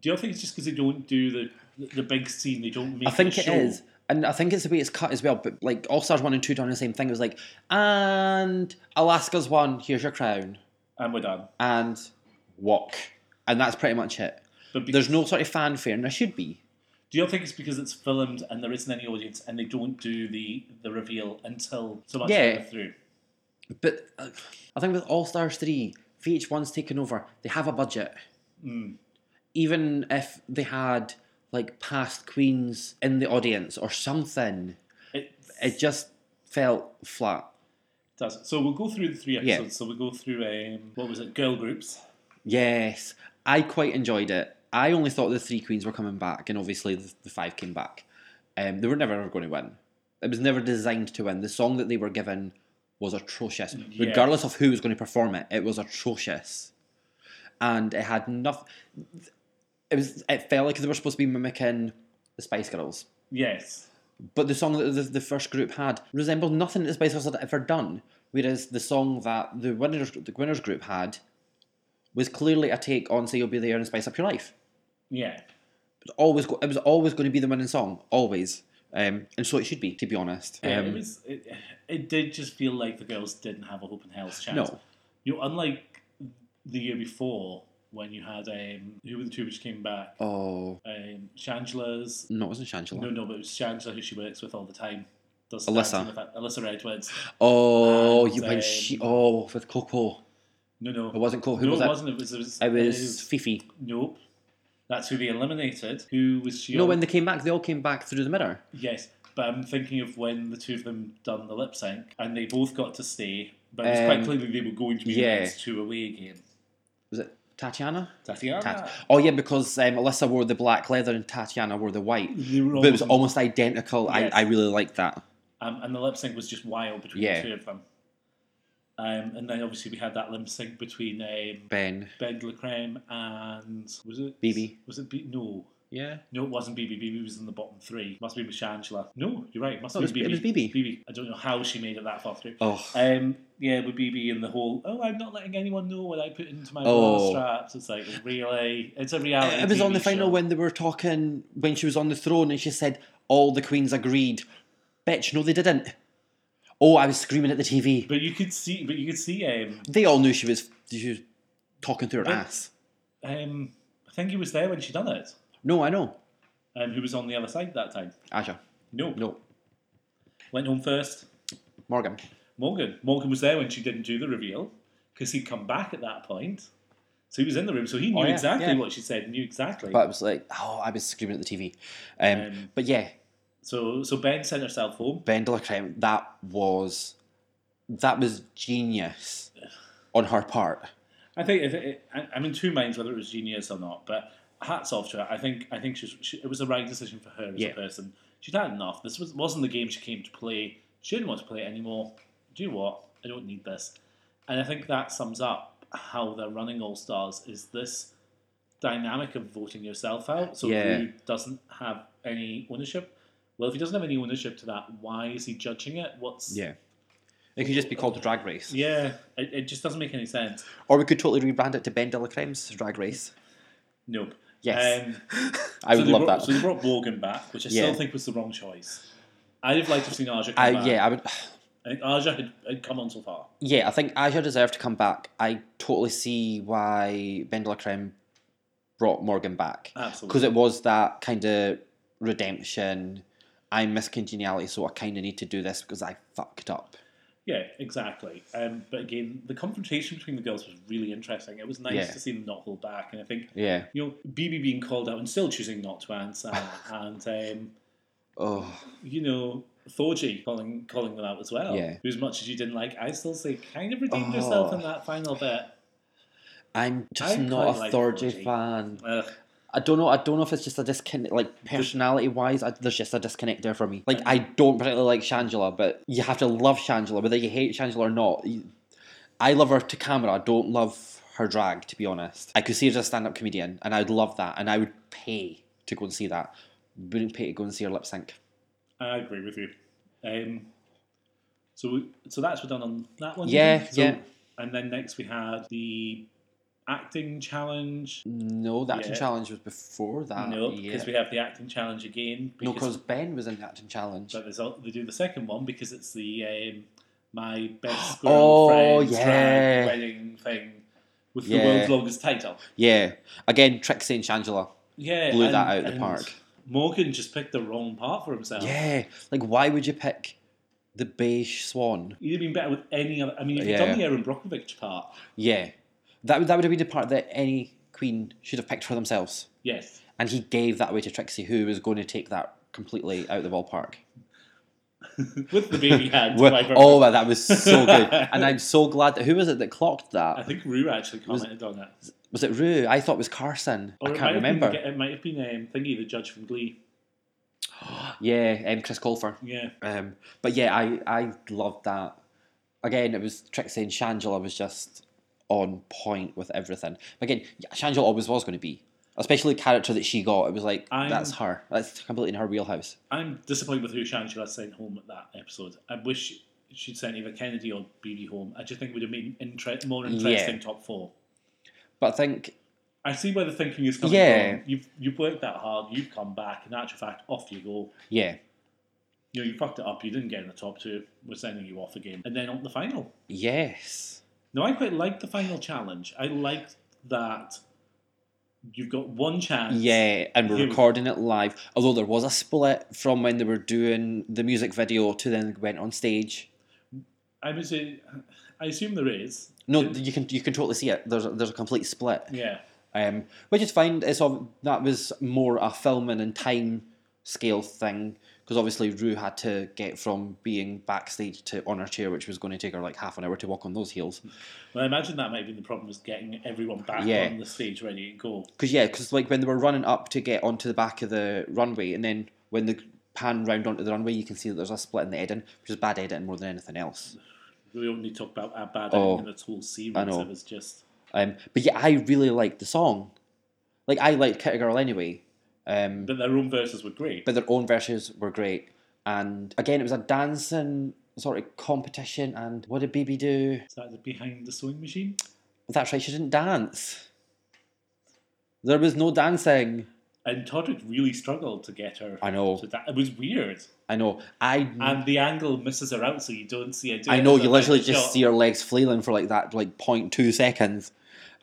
[SPEAKER 1] Do you think it's just because they don't do the the big scene? They don't make.
[SPEAKER 2] I think
[SPEAKER 1] a
[SPEAKER 2] it
[SPEAKER 1] show?
[SPEAKER 2] is, and I think it's the way it's cut as well. But like All Stars one and two done the same thing. It was like, and Alaska's one. Here's your crown,
[SPEAKER 1] and we're done.
[SPEAKER 2] and walk, and that's pretty much it.
[SPEAKER 1] But be-
[SPEAKER 2] There's no sort of fanfare, and there should be.
[SPEAKER 1] do you think it's because it's filmed and there isn't any audience and they don't do the the reveal until so much
[SPEAKER 2] Yeah.
[SPEAKER 1] further through?
[SPEAKER 2] But uh, I think with All Stars 3, VH1's taken over. They have a budget. Even if they had like past queens in the audience or something,
[SPEAKER 1] It
[SPEAKER 2] it just felt flat.
[SPEAKER 1] does. So we'll go through the three episodes. So we'll go through um, what was it? Girl groups.
[SPEAKER 2] Yes, I quite enjoyed it. I only thought the three queens were coming back, and obviously the, the five came back. Um, they were never ever going to win. It was never designed to win. The song that they were given was atrocious,
[SPEAKER 1] Yeah.
[SPEAKER 2] regardless of who was going to perform it. It was atrocious, and it had nothing. It was. It felt like they were supposed to be mimicking the Spice Girls,
[SPEAKER 1] Yes.
[SPEAKER 2] But the song that the, the first group had resembled nothing that the Spice Girls had ever done. Whereas the song that the winners the winners group had was clearly a take on "Say You'll Be There" and "Spice Up Your Life."
[SPEAKER 1] Yeah.
[SPEAKER 2] It was always go- it was always going to be the winning song, always, um, and so it should be, to be honest.
[SPEAKER 1] Yeah,
[SPEAKER 2] Um,
[SPEAKER 1] it was. It, it did just feel like the girls didn't have a hope in hell's chance.
[SPEAKER 2] no,
[SPEAKER 1] You know, unlike the year before when you had um, who were the two which came back?
[SPEAKER 2] oh
[SPEAKER 1] Um, Shangela's.
[SPEAKER 2] no, it wasn't Shangela.
[SPEAKER 1] No, no, but it was Shangela who she works with all the time. Does
[SPEAKER 2] Alyssa.
[SPEAKER 1] dancing with that- Alyssa Redwoods.
[SPEAKER 2] Oh,
[SPEAKER 1] And,
[SPEAKER 2] you when
[SPEAKER 1] um,
[SPEAKER 2] she oh with Coco,
[SPEAKER 1] No, no.
[SPEAKER 2] it wasn't Coco. Who
[SPEAKER 1] no,
[SPEAKER 2] was
[SPEAKER 1] it
[SPEAKER 2] that?
[SPEAKER 1] wasn't. It was. It was,
[SPEAKER 2] It was
[SPEAKER 1] it was-
[SPEAKER 2] Fifi.
[SPEAKER 1] nope. That's who they eliminated. Who was she?
[SPEAKER 2] No,
[SPEAKER 1] on?
[SPEAKER 2] when they came back, they all came back through the mirror.
[SPEAKER 1] Yes, but I'm thinking of when the two of them done the lip sync and they both got to stay, but it's
[SPEAKER 2] Um,
[SPEAKER 1] quite clearly they were going to be
[SPEAKER 2] yeah.
[SPEAKER 1] the next two away again.
[SPEAKER 2] Was it Tatiana?
[SPEAKER 1] Tatiana.
[SPEAKER 2] Tat- oh yeah, because um, Alyssa wore the black leather and Tatiana wore the white.
[SPEAKER 1] They were
[SPEAKER 2] But it was
[SPEAKER 1] all-
[SPEAKER 2] almost identical.
[SPEAKER 1] Yes.
[SPEAKER 2] I, I really liked that.
[SPEAKER 1] um, and the lip sync was just wild between
[SPEAKER 2] Yeah.
[SPEAKER 1] the two of them. Um, and then obviously we had that lip sync between um,
[SPEAKER 2] Ben.
[SPEAKER 1] Ben de la Creme and was it
[SPEAKER 2] BB.
[SPEAKER 1] Was it B- no?
[SPEAKER 2] Yeah.
[SPEAKER 1] No, it wasn't BB. BB was in the bottom three. Must be with Shangela. No, you're right. Must
[SPEAKER 2] No,
[SPEAKER 1] be
[SPEAKER 2] Oh, it was- it was BB.
[SPEAKER 1] BB. I don't know how she made it that far through.
[SPEAKER 2] Oh.
[SPEAKER 1] Um, yeah, with BB and the whole, oh, I'm not letting anyone know what I put into my
[SPEAKER 2] Oh.
[SPEAKER 1] bra straps. It's like, really? It's a reality.
[SPEAKER 2] it was on
[SPEAKER 1] TV
[SPEAKER 2] the final
[SPEAKER 1] show.
[SPEAKER 2] when they were talking when she was on the throne and she said all the queens agreed. Bitch, no, they didn't. Oh, I was screaming at the TV.
[SPEAKER 1] But you could see, but you could see, um,
[SPEAKER 2] They all knew she was, she was talking through her
[SPEAKER 1] But-
[SPEAKER 2] ass.
[SPEAKER 1] um, I think he was there when she done it.
[SPEAKER 2] No, I know.
[SPEAKER 1] Um, who was on the other side that time?
[SPEAKER 2] Aja.
[SPEAKER 1] No.
[SPEAKER 2] No.
[SPEAKER 1] Went home first.
[SPEAKER 2] Morgan.
[SPEAKER 1] Morgan. Morgan was there when she didn't do the reveal because he'd come back at that point. So he was in the room, so he knew
[SPEAKER 2] Oh, yeah,
[SPEAKER 1] exactly
[SPEAKER 2] yeah.
[SPEAKER 1] what she said, knew exactly.
[SPEAKER 2] But it was like, oh, I was screaming at the TV. Um,
[SPEAKER 1] Um,
[SPEAKER 2] but yeah,
[SPEAKER 1] so, so Ben sent herself home.
[SPEAKER 2] Ben de la Creme, that was that was genius on her part.
[SPEAKER 1] I think it, it, I- I'm in two minds whether it was genius or not, but hats off to her. I think I think she's, she, it was the right decision for her as
[SPEAKER 2] Yeah.
[SPEAKER 1] a person. She'd had enough. This was wasn't the game she came to play. She didn't want to play it anymore. Do you know what? I don't need this. And I think that sums up how they're running All Stars is this dynamic of voting yourself out. So
[SPEAKER 2] Yeah.
[SPEAKER 1] who doesn't have any ownership? Well, if he doesn't have any ownership to that, why is he judging it? What's
[SPEAKER 2] It could just be called a drag race.
[SPEAKER 1] yeah? It, it just doesn't make any sense.
[SPEAKER 2] Or we could totally rebrand it to Ben de la Creme's drag race.
[SPEAKER 1] Nope.
[SPEAKER 2] Yes.
[SPEAKER 1] Um,
[SPEAKER 2] I would
[SPEAKER 1] so they
[SPEAKER 2] love
[SPEAKER 1] brought,
[SPEAKER 2] that.
[SPEAKER 1] So they brought Morgan back, which I
[SPEAKER 2] Yeah.
[SPEAKER 1] still think was the wrong choice. I'd have liked to have seen Arja come
[SPEAKER 2] I,
[SPEAKER 1] back.
[SPEAKER 2] yeah, I would
[SPEAKER 1] I think Arja had, had come on so far.
[SPEAKER 2] yeah, I think Aja deserved to come back. I totally see why Ben de la Creme brought Morgan back.
[SPEAKER 1] Absolutely.
[SPEAKER 2] Because it was that kind of redemption. I miss congeniality, so I kind of need to do this because I fucked up.
[SPEAKER 1] Yeah, exactly. Um, but again, the confrontation between the girls was really interesting. It was nice
[SPEAKER 2] Yeah.
[SPEAKER 1] to see them not hold back. And I think,
[SPEAKER 2] Yeah.
[SPEAKER 1] you know, BB being called out and still choosing not to answer. and, um,
[SPEAKER 2] Oh.
[SPEAKER 1] you know, Thorgy calling calling them out as well.
[SPEAKER 2] Yeah.
[SPEAKER 1] Who, as much as you didn't like, I still say kind of redeemed
[SPEAKER 2] Oh.
[SPEAKER 1] herself in that final bit.
[SPEAKER 2] I'm just
[SPEAKER 1] I'm
[SPEAKER 2] not a
[SPEAKER 1] quite like
[SPEAKER 2] Thorgy
[SPEAKER 1] Thorgy.
[SPEAKER 2] fan.
[SPEAKER 1] Ugh.
[SPEAKER 2] I don't know. I don't know if it's just a disconnect, like personality wise. I, there's just a disconnect there for me. Like I don't particularly like Shangela, but you have to love Shangela, whether you hate Shangela or not. You- I love her to camera. I don't love her drag, to be honest. I could see her as a stand-up comedian, and I'd love that, and I would pay to go and see that. Wouldn't pay to go and see her lip sync.
[SPEAKER 1] I agree with you. Um, so we, so that's we're done on that one.
[SPEAKER 2] Yeah,
[SPEAKER 1] then? so,
[SPEAKER 2] yeah.
[SPEAKER 1] And then next we had the acting challenge.
[SPEAKER 2] No, the acting
[SPEAKER 1] Yeah.
[SPEAKER 2] challenge was before that.
[SPEAKER 1] no,
[SPEAKER 2] Uh, yeah.
[SPEAKER 1] because we have the acting challenge again.
[SPEAKER 2] no, because Ben was in the acting challenge.
[SPEAKER 1] but there's al- they do the second one because it's the um, my best girl
[SPEAKER 2] Oh,
[SPEAKER 1] friend's
[SPEAKER 2] yeah.
[SPEAKER 1] drag wedding thing with
[SPEAKER 2] Yeah.
[SPEAKER 1] the world's longest title.
[SPEAKER 2] Yeah, again, Trixie and Shangela.
[SPEAKER 1] Yeah,
[SPEAKER 2] Blew
[SPEAKER 1] and-
[SPEAKER 2] that out of the
[SPEAKER 1] and
[SPEAKER 2] park.
[SPEAKER 1] Morgan just picked the wrong part for himself.
[SPEAKER 2] Yeah, like why would you pick the beige swan?
[SPEAKER 1] He'd have been better with any other. I mean, if he'd
[SPEAKER 2] Yeah.
[SPEAKER 1] done the Aaron Brockovich part,
[SPEAKER 2] Yeah, that would that would have been the part that any queen should have picked for themselves,
[SPEAKER 1] yes,
[SPEAKER 2] and he gave that away to Trixie, who was going to take that completely out of the ballpark.
[SPEAKER 1] with the baby hand.
[SPEAKER 2] Well,
[SPEAKER 1] by Barbara
[SPEAKER 2] oh, wow, that was so good, and I'm so glad that who was it that clocked
[SPEAKER 1] I
[SPEAKER 2] that?
[SPEAKER 1] think Rue actually commented on it.
[SPEAKER 2] Was it Rue? I thought it was Carson.
[SPEAKER 1] Or Oh,
[SPEAKER 2] I
[SPEAKER 1] it might
[SPEAKER 2] can't
[SPEAKER 1] have been the
[SPEAKER 2] remember.
[SPEAKER 1] ge- it might have been um, Thingy, the judge from Glee.
[SPEAKER 2] Yeah, um, Chris Colfer.
[SPEAKER 1] Yeah.
[SPEAKER 2] Um, but yeah, I I loved that. Again, it was Trixie and Shangela was just on point with everything. Again, Shangela always was going to be Especially the character that she got. It was like,
[SPEAKER 1] I'm-
[SPEAKER 2] that's her. That's completely in her wheelhouse.
[SPEAKER 1] I'm disappointed with who Shang-Chi was sent home at that episode. I wish she'd sent either Kennedy or BB home. I just think it would have made an inter- more
[SPEAKER 2] Yeah.
[SPEAKER 1] interesting top four.
[SPEAKER 2] But I think,
[SPEAKER 1] I see where the thinking is coming
[SPEAKER 2] Yeah.
[SPEAKER 1] from. You've, you've worked that hard, you've come back, in actual fact, off you go.
[SPEAKER 2] yeah.
[SPEAKER 1] You know, you fucked it up, you didn't get in the top two, we're sending you off again. And then on to the final.
[SPEAKER 2] Yes.
[SPEAKER 1] No, I quite liked the final challenge. I liked that you've got one chance.
[SPEAKER 2] Yeah, and
[SPEAKER 1] Here
[SPEAKER 2] we're
[SPEAKER 1] we go.
[SPEAKER 2] recording it live. Although there was a split from when they were doing the music video to then went on stage.
[SPEAKER 1] I would say, I assume there is.
[SPEAKER 2] No, you can you can totally see it. There's a, there's a complete split.
[SPEAKER 1] Yeah.
[SPEAKER 2] um, which is fine. It's ob- that was more a filming and time scale thing because obviously Rue had to get from being backstage to on her chair, which was going to take her like half an hour to walk on those heels.
[SPEAKER 1] Well, I imagine that might have been the problem, was getting everyone back
[SPEAKER 2] Yeah.
[SPEAKER 1] on the stage ready to go.
[SPEAKER 2] Because yeah, because like when they were running up to get onto the back of the runway, and then when the pan round onto the runway, you can see that there's a split in the editing, which is bad editing more than anything else.
[SPEAKER 1] We only talk about how bad
[SPEAKER 2] Oh,
[SPEAKER 1] in this whole series.
[SPEAKER 2] I know.
[SPEAKER 1] It was just.
[SPEAKER 2] Um, but yeah, I really liked the song. Like I liked Kitty Girl anyway. Um,
[SPEAKER 1] But their own verses were great.
[SPEAKER 2] but their own verses were great. And again, it was a dancing sort of competition. And what did BB do?
[SPEAKER 1] Is that the behind the sewing machine?
[SPEAKER 2] That's right, she didn't dance. There was no dancing.
[SPEAKER 1] And Todrick really struggled to get her.
[SPEAKER 2] I know,
[SPEAKER 1] So that, it was weird.
[SPEAKER 2] I know. I
[SPEAKER 1] And the angle misses her out, so you don't see it.
[SPEAKER 2] I know you literally just see her legs flailing for like that, like 0.2 seconds.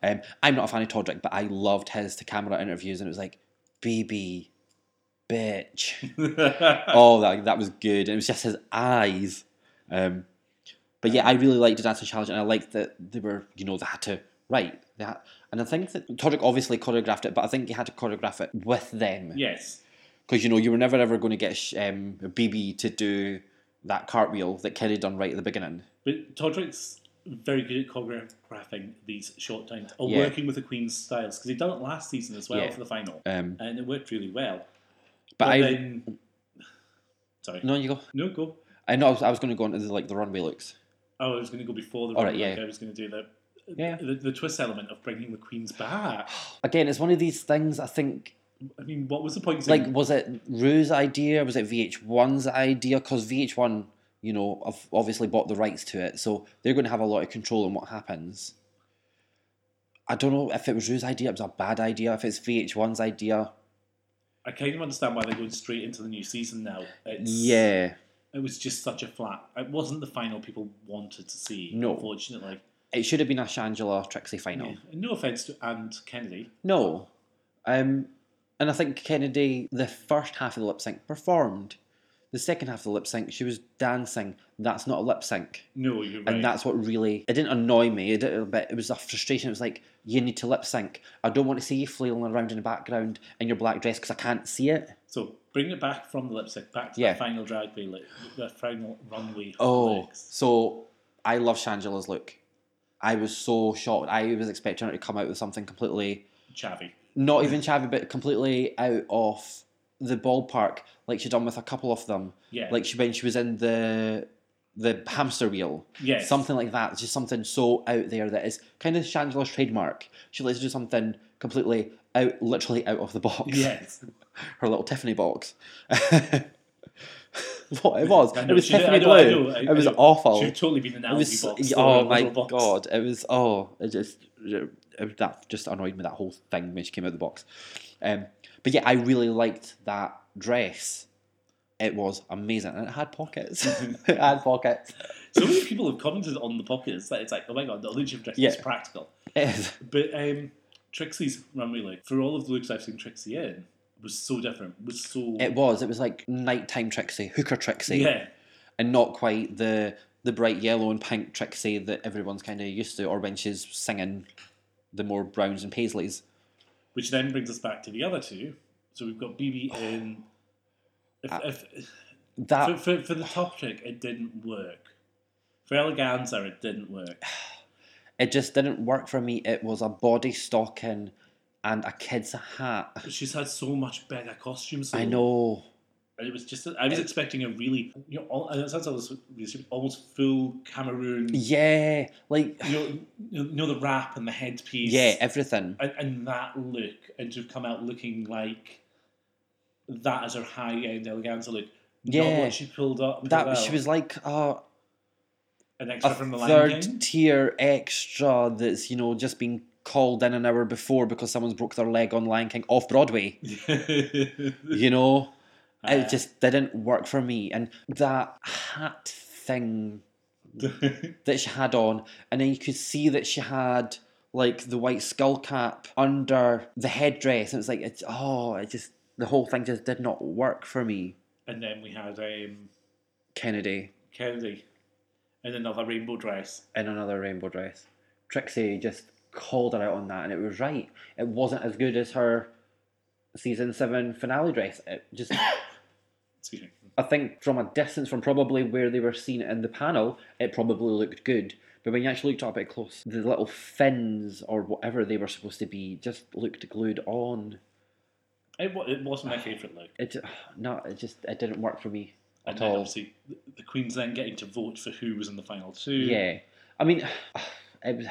[SPEAKER 2] Um, I'm not a fan of Todrick, but I loved his to camera interviews, and it was like, BB, bitch.
[SPEAKER 1] her.
[SPEAKER 2] oh, that, that was good. And it was just his eyes. Um, but yeah, I really liked the dancing challenge, and I liked that they were, you know, they had to write that. And I think that Todrick obviously choreographed it, but I think he had to choreograph it with them
[SPEAKER 1] yes.
[SPEAKER 2] because you know you were never ever going to get sh- um, BB to do that cartwheel that Kerry done right at the beginning.
[SPEAKER 1] But Todrick's very good at choreographing these short times or
[SPEAKER 2] Yeah.
[SPEAKER 1] working with the Queen's styles because he done it last season as well
[SPEAKER 2] Yeah.
[SPEAKER 1] for the final,
[SPEAKER 2] Um,
[SPEAKER 1] and it worked really well.
[SPEAKER 2] but, I
[SPEAKER 1] then, sorry, no,
[SPEAKER 2] no, you go.
[SPEAKER 1] go.
[SPEAKER 2] I know I was, I was going to go into the, like the runway looks.
[SPEAKER 1] Oh, I was going to go before the.
[SPEAKER 2] All right,
[SPEAKER 1] round, like
[SPEAKER 2] yeah.
[SPEAKER 1] I was going to do the,
[SPEAKER 2] Yeah.
[SPEAKER 1] the the twist element of bringing the Queen's back.
[SPEAKER 2] Again, it's one of these things. I think
[SPEAKER 1] I mean, what was the point? Of
[SPEAKER 2] like
[SPEAKER 1] saying-
[SPEAKER 2] was it Rue's idea? Was it VH1's idea? Because VH1, you know, have obviously bought the rights to it, so they're going to have a lot of control on what happens. I don't know if it was Rue's idea. It was a bad idea. If it's VH1's idea,
[SPEAKER 1] I kind of understand why they're going straight into the new season now. It's,
[SPEAKER 2] yeah,
[SPEAKER 1] it was just such a flat. It wasn't the final people wanted to see.
[SPEAKER 2] No.
[SPEAKER 1] unfortunately.
[SPEAKER 2] it should have been a Shangela Trixie final.
[SPEAKER 1] Yeah. No offense to and Kennedy.
[SPEAKER 2] No, um, and I think Kennedy, the first half of the lip sync performed. The second half of the lip sync, she was dancing. That's not a lip sync.
[SPEAKER 1] No, you're right.
[SPEAKER 2] And that's what really it didn't annoy me. It did, but it was a frustration. It was like you need to lip sync. I don't want to see you flailing around in the background in your black dress because I can't see it.
[SPEAKER 1] So bring it back from the lipstick back to
[SPEAKER 2] Yeah.
[SPEAKER 1] the final drag bay, like the final runway.
[SPEAKER 2] Oh,
[SPEAKER 1] legs.
[SPEAKER 2] so I love Shangela's look. I was so shocked. I was expecting her to come out with something completely
[SPEAKER 1] chavvy.
[SPEAKER 2] not even chavvy, but completely out of the ballpark, like she done with a couple of them,
[SPEAKER 1] Yeah,
[SPEAKER 2] like she when she was in the the hamster wheel.
[SPEAKER 1] yes.
[SPEAKER 2] something like that. Just something so out there that is kind of Shangela's trademark. She likes to do something completely out, literally out of the box.
[SPEAKER 1] Yes,
[SPEAKER 2] Her little Tiffany box. what it was?
[SPEAKER 1] I
[SPEAKER 2] It
[SPEAKER 1] know,
[SPEAKER 2] was
[SPEAKER 1] she did- I
[SPEAKER 2] Tiffany
[SPEAKER 1] know, I
[SPEAKER 2] blue.
[SPEAKER 1] know, I-
[SPEAKER 2] it was
[SPEAKER 1] I know.
[SPEAKER 2] awful.
[SPEAKER 1] she would totally be in an
[SPEAKER 2] it
[SPEAKER 1] Aldi
[SPEAKER 2] was.
[SPEAKER 1] box. or
[SPEAKER 2] oh
[SPEAKER 1] a
[SPEAKER 2] my
[SPEAKER 1] little box.
[SPEAKER 2] god! It was. Oh, it just it, it- that just annoyed me. That whole thing when she came out of the box. Um, but yeah, I really liked that dress. It was amazing, and it had pockets.
[SPEAKER 1] Mm-hmm.
[SPEAKER 2] it had pockets.
[SPEAKER 1] So many people have commented on the pockets that it's like, oh my god, the illusion of dress is
[SPEAKER 2] Yeah.
[SPEAKER 1] practical.
[SPEAKER 2] It is.
[SPEAKER 1] But um, Trixie's runway look for all of the looks I've seen Trixie in was so different. Was so
[SPEAKER 2] It was. It was like nighttime Trixie, hooker Trixie,
[SPEAKER 1] yeah.
[SPEAKER 2] and not quite the the bright yellow and pink Trixie that everyone's kind of used to, or when she's singing the more browns and paisleys.
[SPEAKER 1] Which then brings us back to the other two. So we've got BB in. If,
[SPEAKER 2] Ah.
[SPEAKER 1] if, for,
[SPEAKER 2] That
[SPEAKER 1] for, for the top trick, it didn't work. For Eleganza, it didn't work.
[SPEAKER 2] it just didn't work for me. It was a body stocking and a kid's hat.
[SPEAKER 1] She's had so much better costumes.
[SPEAKER 2] I
[SPEAKER 1] though.
[SPEAKER 2] know.
[SPEAKER 1] And it was just, I was expecting a really, you know, all, and it sounds almost, almost full Cameroon, you
[SPEAKER 2] Yeah, like
[SPEAKER 1] know, you know, the wrap and the headpiece.
[SPEAKER 2] yeah, everything.
[SPEAKER 1] and, and that look, and to have come out looking like that as her high end eleganza look. Not
[SPEAKER 2] Yeah.
[SPEAKER 1] what she pulled up. as
[SPEAKER 2] That
[SPEAKER 1] well.
[SPEAKER 2] she was like uh,
[SPEAKER 1] an extra
[SPEAKER 2] a
[SPEAKER 1] from the
[SPEAKER 2] third
[SPEAKER 1] Lion King.
[SPEAKER 2] tier extra that's you know just been called in an hour before because someone's broke their leg on Lion King off Broadway. You know,
[SPEAKER 1] Uh,
[SPEAKER 2] it just didn't work for me, and that hat thing that she had on, and then you could see that she had like the white skull cap under the headdress. And it was like, it's oh, it just the whole thing just did not work for me,
[SPEAKER 1] and then we had um,
[SPEAKER 2] Kennedy,
[SPEAKER 1] Kennedy in another rainbow dress.
[SPEAKER 2] in another rainbow dress. Trixie just called her out on that, and it was right. It wasn't as good as her season seven finale dress. It just,
[SPEAKER 1] Excuse me.
[SPEAKER 2] I think, from a distance from probably where they were seen in the panel, it probably looked good. But when you actually looked up at close, the little fins or whatever they were supposed to be just looked glued on.
[SPEAKER 1] It, wa- it wasn't
[SPEAKER 2] Ah.
[SPEAKER 1] my favourite look.
[SPEAKER 2] It no, it just it didn't work for me
[SPEAKER 1] And
[SPEAKER 2] at
[SPEAKER 1] then
[SPEAKER 2] all.
[SPEAKER 1] obviously th- the Queen's then getting to vote for who was in the final two.
[SPEAKER 2] Yeah, I mean, it was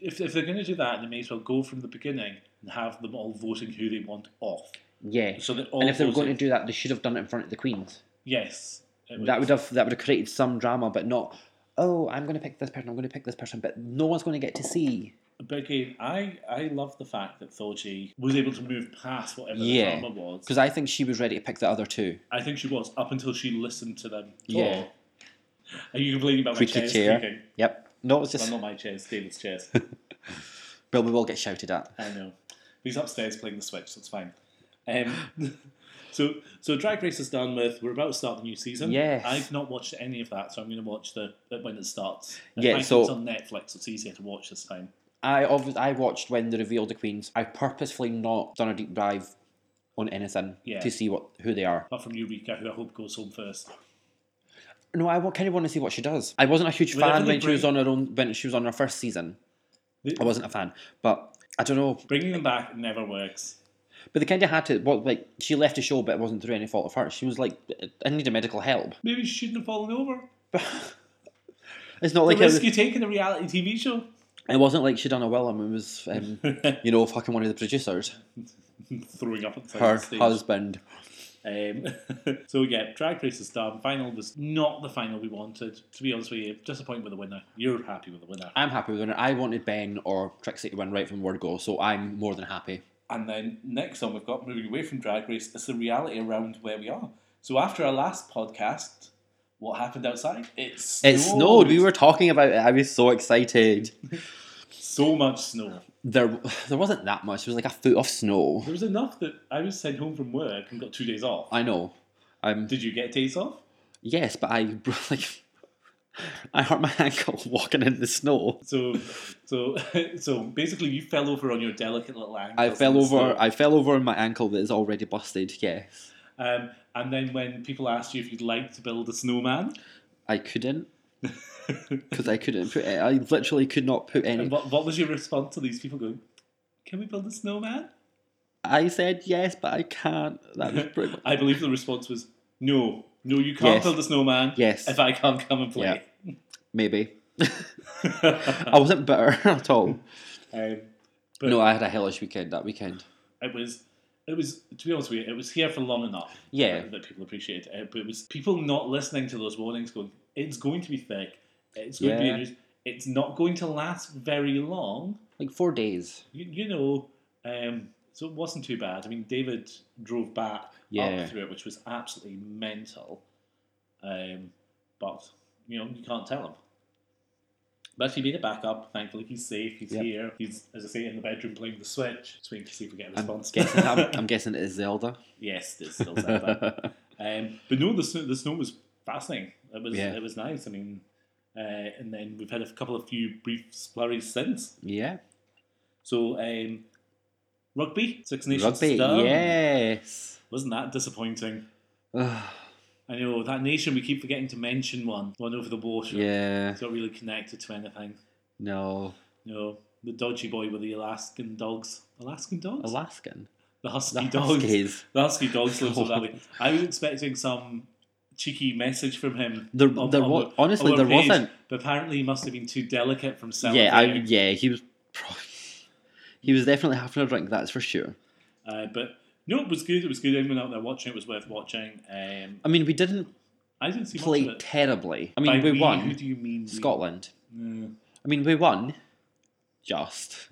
[SPEAKER 1] If, if they're going to do that, they may as well go from the beginning and have them all voting who they want off.
[SPEAKER 2] yeah.
[SPEAKER 1] So that all
[SPEAKER 2] And if they were
[SPEAKER 1] voted-
[SPEAKER 2] going to do that, they should have done it in front of the queens.
[SPEAKER 1] yes, it was-
[SPEAKER 2] That would have that would have created some drama, but not. Oh, I'm going to pick this person. I'm going to pick this person, but no one's going to get to see.
[SPEAKER 1] But again, I I love the fact that Thorgy was able to move past whatever
[SPEAKER 2] Yeah,
[SPEAKER 1] the drama was.
[SPEAKER 2] Because I think she was ready to pick the other two.
[SPEAKER 1] I think she was up until she listened to them. Talk.
[SPEAKER 2] Yeah.
[SPEAKER 1] Are you complaining about
[SPEAKER 2] Creaky
[SPEAKER 1] my chairs
[SPEAKER 2] chair.
[SPEAKER 1] creaking?
[SPEAKER 2] Yep. No, it's
[SPEAKER 1] Well,
[SPEAKER 2] just.
[SPEAKER 1] not my chairs, David's chairs.
[SPEAKER 2] But we will get shouted at.
[SPEAKER 1] I know. He's upstairs playing the Switch, so it's fine. Um, so, so Drag Race is done with. We're about to start the new season.
[SPEAKER 2] Yes.
[SPEAKER 1] I've not watched any of that, so I'm going to watch the when it starts.
[SPEAKER 2] Yeah,
[SPEAKER 1] Frankly,
[SPEAKER 2] so-
[SPEAKER 1] it's on Netflix. It's easier to watch this time.
[SPEAKER 2] I obvi- I watched when they revealed the queens. I purposefully not done a deep dive on anything
[SPEAKER 1] Yeah.
[SPEAKER 2] to see what who they are.
[SPEAKER 1] Apart from Eureka, who I hope goes home first.
[SPEAKER 2] No, I kind of want to see what she does. I wasn't a huge
[SPEAKER 1] Whenever
[SPEAKER 2] fan
[SPEAKER 1] they
[SPEAKER 2] when she was
[SPEAKER 1] bring-
[SPEAKER 2] on her own when she was on her first season.
[SPEAKER 1] They-
[SPEAKER 2] I wasn't a fan, but I don't know.
[SPEAKER 1] Bringing them back never works.
[SPEAKER 2] But they kind of had to. What like she left the show, but it wasn't through any fault of hers. She was like, "I need a medical help."
[SPEAKER 1] Maybe she shouldn't have fallen over.
[SPEAKER 2] It's not
[SPEAKER 1] The
[SPEAKER 2] like it,
[SPEAKER 1] risk
[SPEAKER 2] was,
[SPEAKER 1] you take in a reality TV show.
[SPEAKER 2] it wasn't like she done a Willem. It was, um, you know, fucking one of the producers,
[SPEAKER 1] Throwing up at the side
[SPEAKER 2] her
[SPEAKER 1] of the stage.
[SPEAKER 2] husband.
[SPEAKER 1] Um, so yeah, Drag Race is done. Final was not the final we wanted. To be honest with you, disappointed with the winner. You're happy with the winner.
[SPEAKER 2] I'm happy with it. I wanted Ben or Trixie to win right from the word go, so I'm more than happy.
[SPEAKER 1] And then next on we've got moving away from Drag Race is the reality around where we are. So after our last podcast, what happened outside? It snowed.
[SPEAKER 2] It snowed. We were talking about it. I was so excited.
[SPEAKER 1] so much snow.
[SPEAKER 2] There, there wasn't that much. There was like a foot of snow.
[SPEAKER 1] There was enough that I was sent home from work and got two days off.
[SPEAKER 2] I know. Um,
[SPEAKER 1] Did you get days off?
[SPEAKER 2] yes, but I like, I hurt my ankle walking in the snow.
[SPEAKER 1] So, so, so basically, you fell over on your delicate little ankle.
[SPEAKER 2] I fell over. I fell over on my ankle that is already busted. Yes,
[SPEAKER 1] Um, and then when people asked you if you'd like to build a snowman,
[SPEAKER 2] I couldn't because I couldn't put. it. I literally could not put
[SPEAKER 1] and
[SPEAKER 2] any.
[SPEAKER 1] what, what was your response to these people going, can we build a snowman?
[SPEAKER 2] I said yes, but I can't. That was pretty.
[SPEAKER 1] I believe the response was, no, no, you can't
[SPEAKER 2] Yes.
[SPEAKER 1] build a snowman
[SPEAKER 2] Yes,
[SPEAKER 1] if I can't come and play.
[SPEAKER 2] maybe. I wasn't bitter at all.
[SPEAKER 1] um, but
[SPEAKER 2] No, I had a hellish weekend that weekend.
[SPEAKER 1] it was, it was, to be honest with you, it was here for long enough
[SPEAKER 2] Yeah,
[SPEAKER 1] that people appreciated it. But it was people not listening to those warnings going, it's going to be thick, it's going to be
[SPEAKER 2] Yeah.
[SPEAKER 1] dangerous, it's not going to last very long.
[SPEAKER 2] like four days.
[SPEAKER 1] you, you know, um, so it wasn't too bad. I mean, David drove back
[SPEAKER 2] Yeah.
[SPEAKER 1] up through it, which was absolutely mental. Um, but you know, you can't tell him. But he made it back up. Thankfully, he's safe. He's
[SPEAKER 2] Yep.
[SPEAKER 1] here. He's, as I say, in the bedroom playing the Switch. Just waiting to see if we get a
[SPEAKER 2] I'm
[SPEAKER 1] response.
[SPEAKER 2] guessing, I'm, I'm guessing it is Zelda.
[SPEAKER 1] yes, there's still Zelda. Um, but no, the snow, the snow was fascinating. It was
[SPEAKER 2] Yeah.
[SPEAKER 1] it was nice. I mean, uh, and then we've had a couple of few brief slurries since.
[SPEAKER 2] yeah,
[SPEAKER 1] So, um, rugby, Six Nations
[SPEAKER 2] rugby.
[SPEAKER 1] done.
[SPEAKER 2] Yes.
[SPEAKER 1] Wasn't that disappointing?
[SPEAKER 2] Ugh,
[SPEAKER 1] I know, that nation, we keep forgetting to mention one. One over the water.
[SPEAKER 2] yeah.
[SPEAKER 1] It's not really connected to anything.
[SPEAKER 2] No,
[SPEAKER 1] No, the dodgy boy with the Alaskan dogs. Alaskan dogs?
[SPEAKER 2] Alaskan.
[SPEAKER 1] The husky
[SPEAKER 2] The
[SPEAKER 1] dogs.
[SPEAKER 2] Huskies.
[SPEAKER 1] The husky dogs lives in
[SPEAKER 2] God.
[SPEAKER 1] Valley. I was expecting some cheeky message from him.
[SPEAKER 2] There-
[SPEAKER 1] on-
[SPEAKER 2] there
[SPEAKER 1] on
[SPEAKER 2] wa-
[SPEAKER 1] the-
[SPEAKER 2] honestly,
[SPEAKER 1] on the
[SPEAKER 2] there
[SPEAKER 1] page,
[SPEAKER 2] wasn't.
[SPEAKER 1] But apparently, he must have been too delicate from selling.
[SPEAKER 2] Yeah, I, yeah, he was. Pro- he was definitely having a drink. That's for sure.
[SPEAKER 1] Uh, but no, it was good. It was good. Everyone out there watching it was worth watching. Um,
[SPEAKER 2] I mean, we didn't
[SPEAKER 1] I didn't see much
[SPEAKER 2] play
[SPEAKER 1] of it.
[SPEAKER 2] terribly. I
[SPEAKER 1] By
[SPEAKER 2] mean, we
[SPEAKER 1] we, Who
[SPEAKER 2] won
[SPEAKER 1] do you mean? we?
[SPEAKER 2] Scotland.
[SPEAKER 1] Yeah.
[SPEAKER 2] I mean, we won. Just,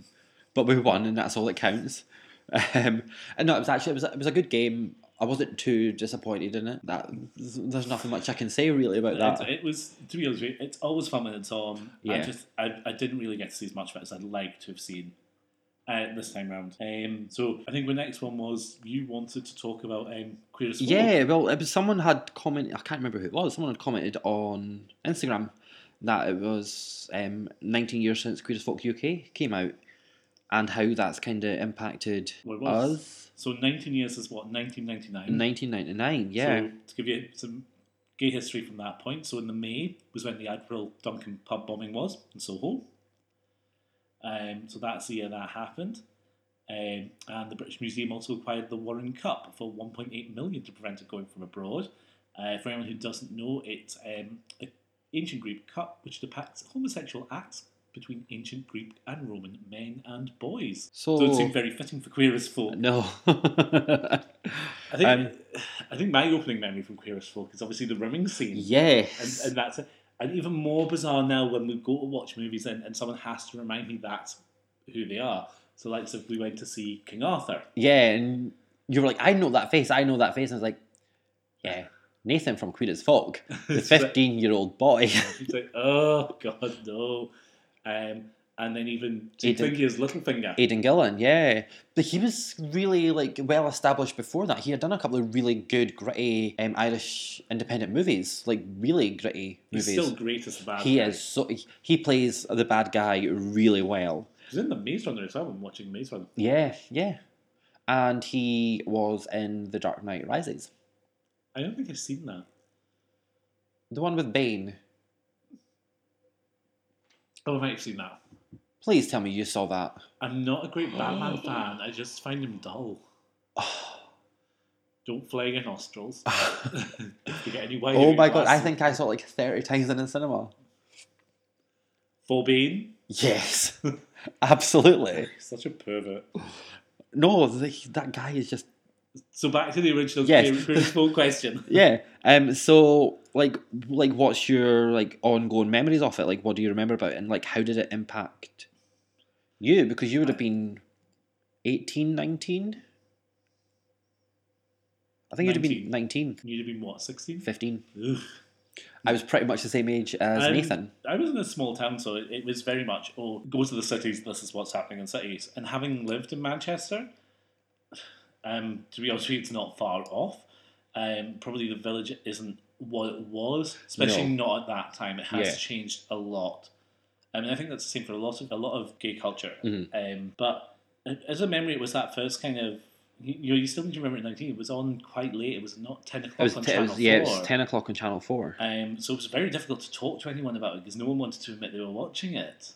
[SPEAKER 2] but we won, and that's all that counts. Um, and no, it was actually it was a- it was a good game. I wasn't too disappointed in it. That there's nothing much I can say really about that.
[SPEAKER 1] It, it was to be honest, with you, it's always fun when it's on. I
[SPEAKER 2] Yeah.
[SPEAKER 1] just I, I didn't really get to see as much of it as I'd like to have seen uh, this time round. Um, so I think the next one was you wanted to talk about um, queer as Folk.
[SPEAKER 2] Yeah, well, it was someone had commented. I can't remember who it was. Someone had commented on Instagram that it was um, 19 years since Queer as Folk UK came out, and how that's kind of impacted
[SPEAKER 1] Well, it was.
[SPEAKER 2] us.
[SPEAKER 1] So 19 years is what 1999.
[SPEAKER 2] 1999, yeah,
[SPEAKER 1] So to give you some gay history from that point, so in the May was when the Admiral Duncan pub bombing was in Soho. Um, so that's the year that happened. Um, and the British Museum also acquired the Warren Cup for 1.8 million to prevent it going from abroad. Uh, for anyone who doesn't know, it's um, an ancient Greek cup which depicts homosexual acts between ancient Greek and Roman men and boys. So, it
[SPEAKER 2] So-
[SPEAKER 1] seemed very fitting for queer as folk.
[SPEAKER 2] no.
[SPEAKER 1] I think
[SPEAKER 2] Um,
[SPEAKER 1] I think my opening memory from Queer as Folk is obviously the rimming scene, and,
[SPEAKER 2] yes,
[SPEAKER 1] and that's it. And even more bizarre now when we go to watch movies and, and someone has to remind me that's who they are. So, like, so if we went to see King Arthur,
[SPEAKER 2] yeah, and you were like, I know that face, I know that face, and I was like, yeah, Nathan from Queer as Folk, the
[SPEAKER 1] It's like-
[SPEAKER 2] 15 year old boy.
[SPEAKER 1] it's like, oh god, no. Um, and then even
[SPEAKER 2] He did-
[SPEAKER 1] Fingier's Littlefinger,
[SPEAKER 2] Aidan Gillen, yeah. But he was really like well established before that. He had done a couple of really good gritty um, Irish independent movies, like really gritty
[SPEAKER 1] he's
[SPEAKER 2] movies.
[SPEAKER 1] still great as the bad.
[SPEAKER 2] he
[SPEAKER 1] guy.
[SPEAKER 2] is so he- he plays the bad guy really well.
[SPEAKER 1] He's in the Maze Runner as well. I'm watching Maze Runner.
[SPEAKER 2] Yeah, yeah. And he was in The Dark Knight Rises,
[SPEAKER 1] I don't think I've seen that.
[SPEAKER 2] the one with Bane.
[SPEAKER 1] Oh, I might have seen that.
[SPEAKER 2] Please tell me you saw that.
[SPEAKER 1] I'm not a great Batman fan. I just find him dull. Don't flay your nostrils. If you get any white
[SPEAKER 2] oh
[SPEAKER 1] hair,
[SPEAKER 2] my
[SPEAKER 1] you
[SPEAKER 2] god! I
[SPEAKER 1] ask-
[SPEAKER 2] think I saw it like thirty times in the cinema.
[SPEAKER 1] For being
[SPEAKER 2] Yes, absolutely.
[SPEAKER 1] such a pervert.
[SPEAKER 2] No, the, that guy is just
[SPEAKER 1] So back to the original
[SPEAKER 2] Yes.
[SPEAKER 1] queer- queer full question.
[SPEAKER 2] yeah um so like like what's your like ongoing memories of it like what do you remember about it and like how did it impact you because you would have been 18 19 i think you'd have been 19
[SPEAKER 1] You'd have been what, 16?
[SPEAKER 2] 15
[SPEAKER 1] Ugh.
[SPEAKER 2] i was pretty much the same age as
[SPEAKER 1] Um,
[SPEAKER 2] nathan
[SPEAKER 1] I was in a small town, so it, it was very much, oh, go to the cities, this is what's happening in cities. And having lived in Manchester, um, to be honest with you, it's not far off. Um, probably the village isn't what it was, especially not at that time. It has
[SPEAKER 2] Yeah.
[SPEAKER 1] changed a lot. Um, I mean, I think that's the same for a lot of a lot of gay culture.
[SPEAKER 2] Mhm.
[SPEAKER 1] Um, but as a memory, it was that first kind of you, you know you still need to remember at nineteen. It was on quite late. It was not ten o'clock
[SPEAKER 2] it was,
[SPEAKER 1] on
[SPEAKER 2] t- it
[SPEAKER 1] channel
[SPEAKER 2] was yeah it was
[SPEAKER 1] four.
[SPEAKER 2] 10 o'clock on channel 4
[SPEAKER 1] Um, so it was very difficult to talk to anyone about it because no one wanted to admit they were watching it.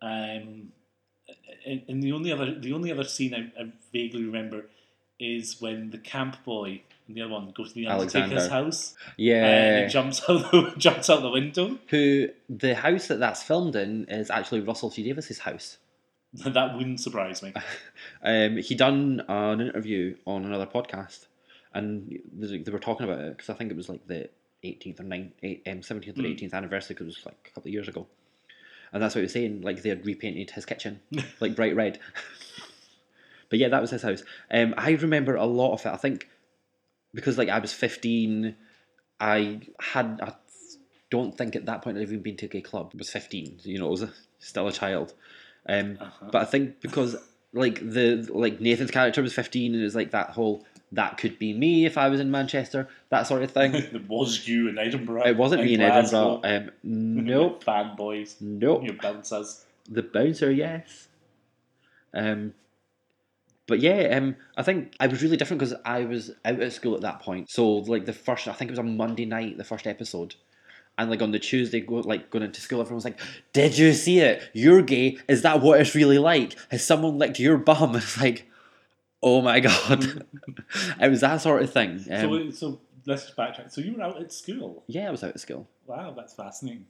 [SPEAKER 1] Um, and, and the only other the only other scene I, I vaguely remember is when the camp boy and the other one go to the Undertaker's
[SPEAKER 2] Alexander.
[SPEAKER 1] house uh, and
[SPEAKER 2] yeah
[SPEAKER 1] he jumps out the, jumps out the window.
[SPEAKER 2] who the house that that's filmed in is actually russell t davis's house
[SPEAKER 1] That wouldn't surprise me.
[SPEAKER 2] um, he done an interview on another podcast, and they they were talking about it because I think it was like the 18th or 9th, eight- um, 17th or
[SPEAKER 1] Mm.
[SPEAKER 2] 18th anniversary because it was like a couple of years ago, and that's what he was saying. Like they had repainted his kitchen like bright red, but yeah, that was his house. Um, I remember a lot of it. I think because like I was 15, I had I don't think at that point I'd even been to a gay club. I was 15, you know, I was a, still a child. Um,
[SPEAKER 1] Uh-huh.
[SPEAKER 2] but I think because like the like Nathan's character was fifteen and it was like that whole that could be me if I was in Manchester, that sort of thing.
[SPEAKER 1] It was you in Edinburgh.
[SPEAKER 2] it wasn't me in
[SPEAKER 1] Glasgow.
[SPEAKER 2] Edinburgh. Um, nope,
[SPEAKER 1] Fanboys.
[SPEAKER 2] nope.
[SPEAKER 1] Your bouncers.
[SPEAKER 2] The bouncer, yes. Um, but yeah, um, I think I was really different because I was out at school at that point. So like the first, I think it was on Monday night, the first episode. And like on the Tuesday, go, like going into school, everyone was like, "Did you see it? You're gay. Is that what it's really like? Has someone licked your bum?" It's like, Oh my god, it was that sort of thing.
[SPEAKER 1] so,
[SPEAKER 2] Um,
[SPEAKER 1] so let's just backtrack. So you were out at school.
[SPEAKER 2] yeah, I was out of school.
[SPEAKER 1] Wow, that's fascinating.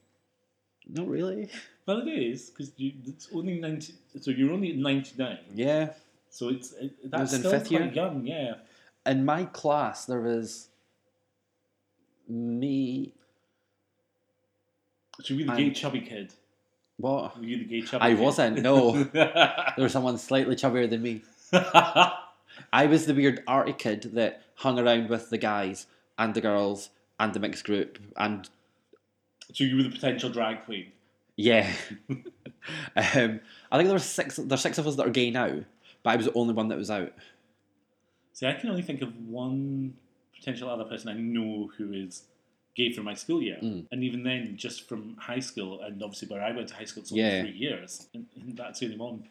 [SPEAKER 2] Not really.
[SPEAKER 1] Well, it is because it's only ninety. So you're only ninety nine.
[SPEAKER 2] Yeah,
[SPEAKER 1] So it's it, that's
[SPEAKER 2] was in
[SPEAKER 1] still
[SPEAKER 2] fifth
[SPEAKER 1] quite
[SPEAKER 2] year?
[SPEAKER 1] young. Yeah.
[SPEAKER 2] in my class there was me.
[SPEAKER 1] So you were the
[SPEAKER 2] I'm-
[SPEAKER 1] gay chubby kid.
[SPEAKER 2] What?
[SPEAKER 1] Were you the gay chubby?
[SPEAKER 2] I
[SPEAKER 1] kid?
[SPEAKER 2] wasn't. No, there was someone slightly chubbier than me. I was the weird arty kid that hung around with the guys and the girls and the mixed group and
[SPEAKER 1] so you were the potential drag queen.
[SPEAKER 2] yeah. um, I think there were six. There's six of us that are gay now, but I was the only one that was out.
[SPEAKER 1] See, I can only think of one potential other person I know who is gay from my school year,
[SPEAKER 2] Mm.
[SPEAKER 1] and even then, just from high school, and obviously where I went to high school, it's only
[SPEAKER 2] Yeah.
[SPEAKER 1] three years, and, and that's the only one.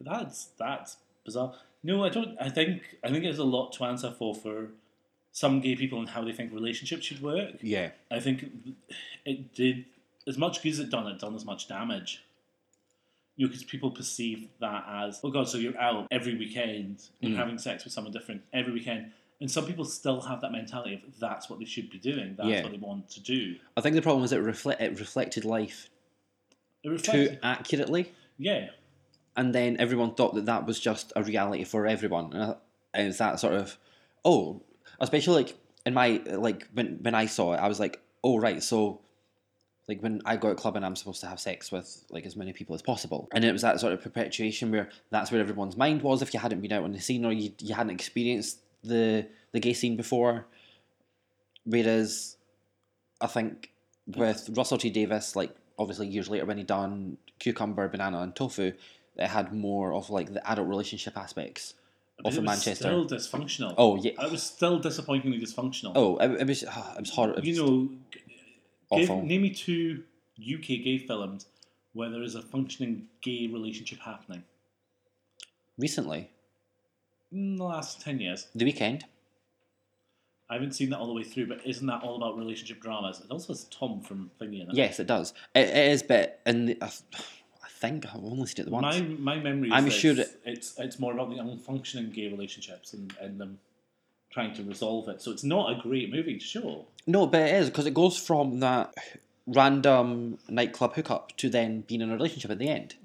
[SPEAKER 1] But that's that's bizarre. No, I don't. I think I think there's a lot to answer for for some gay people and how they think relationships should work.
[SPEAKER 2] Yeah.
[SPEAKER 1] I think it did as much good as it done. It done as much damage. You know, because people perceive that as oh god, so you're out every weekend and
[SPEAKER 2] Mm.
[SPEAKER 1] having sex with someone different every weekend, and some people still have that mentality of that's what they should be doing. That's
[SPEAKER 2] Yeah.
[SPEAKER 1] what they want to do.
[SPEAKER 2] I think the problem is it reflect it reflected life
[SPEAKER 1] It reflects,
[SPEAKER 2] too accurately,
[SPEAKER 1] yeah,
[SPEAKER 2] and then everyone thought that that was just a reality for everyone, and, I, and it's that sort of oh, especially like in my like when when I saw it, I was like oh right, so like when I go to a club and I'm supposed to have sex with like as many people as possible, and it was that sort of perpetuation where that's where everyone's mind was if you hadn't been out on the scene or you you hadn't experienced the the gay scene before, whereas I think with Russell T Davis, like obviously years later when he done Cucumber, Banana, and Tofu, it had more of like the adult relationship aspects.
[SPEAKER 1] But
[SPEAKER 2] Off
[SPEAKER 1] it
[SPEAKER 2] of
[SPEAKER 1] was
[SPEAKER 2] Manchester.
[SPEAKER 1] still dysfunctional. Uh,
[SPEAKER 2] Oh yeah.
[SPEAKER 1] it was still disappointingly dysfunctional.
[SPEAKER 2] Oh, it, it was ah, it was horrible.
[SPEAKER 1] you know, give,
[SPEAKER 2] awful.
[SPEAKER 1] name me two UK gay films where there is a functioning gay relationship happening
[SPEAKER 2] Recently,
[SPEAKER 1] in the last ten years.
[SPEAKER 2] the weekend.
[SPEAKER 1] I haven't seen that all the way through, but isn't that all about relationship dramas? It also has Tom from Thingy in it.
[SPEAKER 2] Yes, it does. It, it is, but and I, I think I've only seen it once.
[SPEAKER 1] My my memory. Is
[SPEAKER 2] I'm
[SPEAKER 1] that
[SPEAKER 2] sure
[SPEAKER 1] it's, it's it's more about the unfunctioning gay relationships and and them trying to resolve it. So it's not a great movie, sure.
[SPEAKER 2] No, but it is because it goes from that random nightclub hookup to then being in a relationship at the end.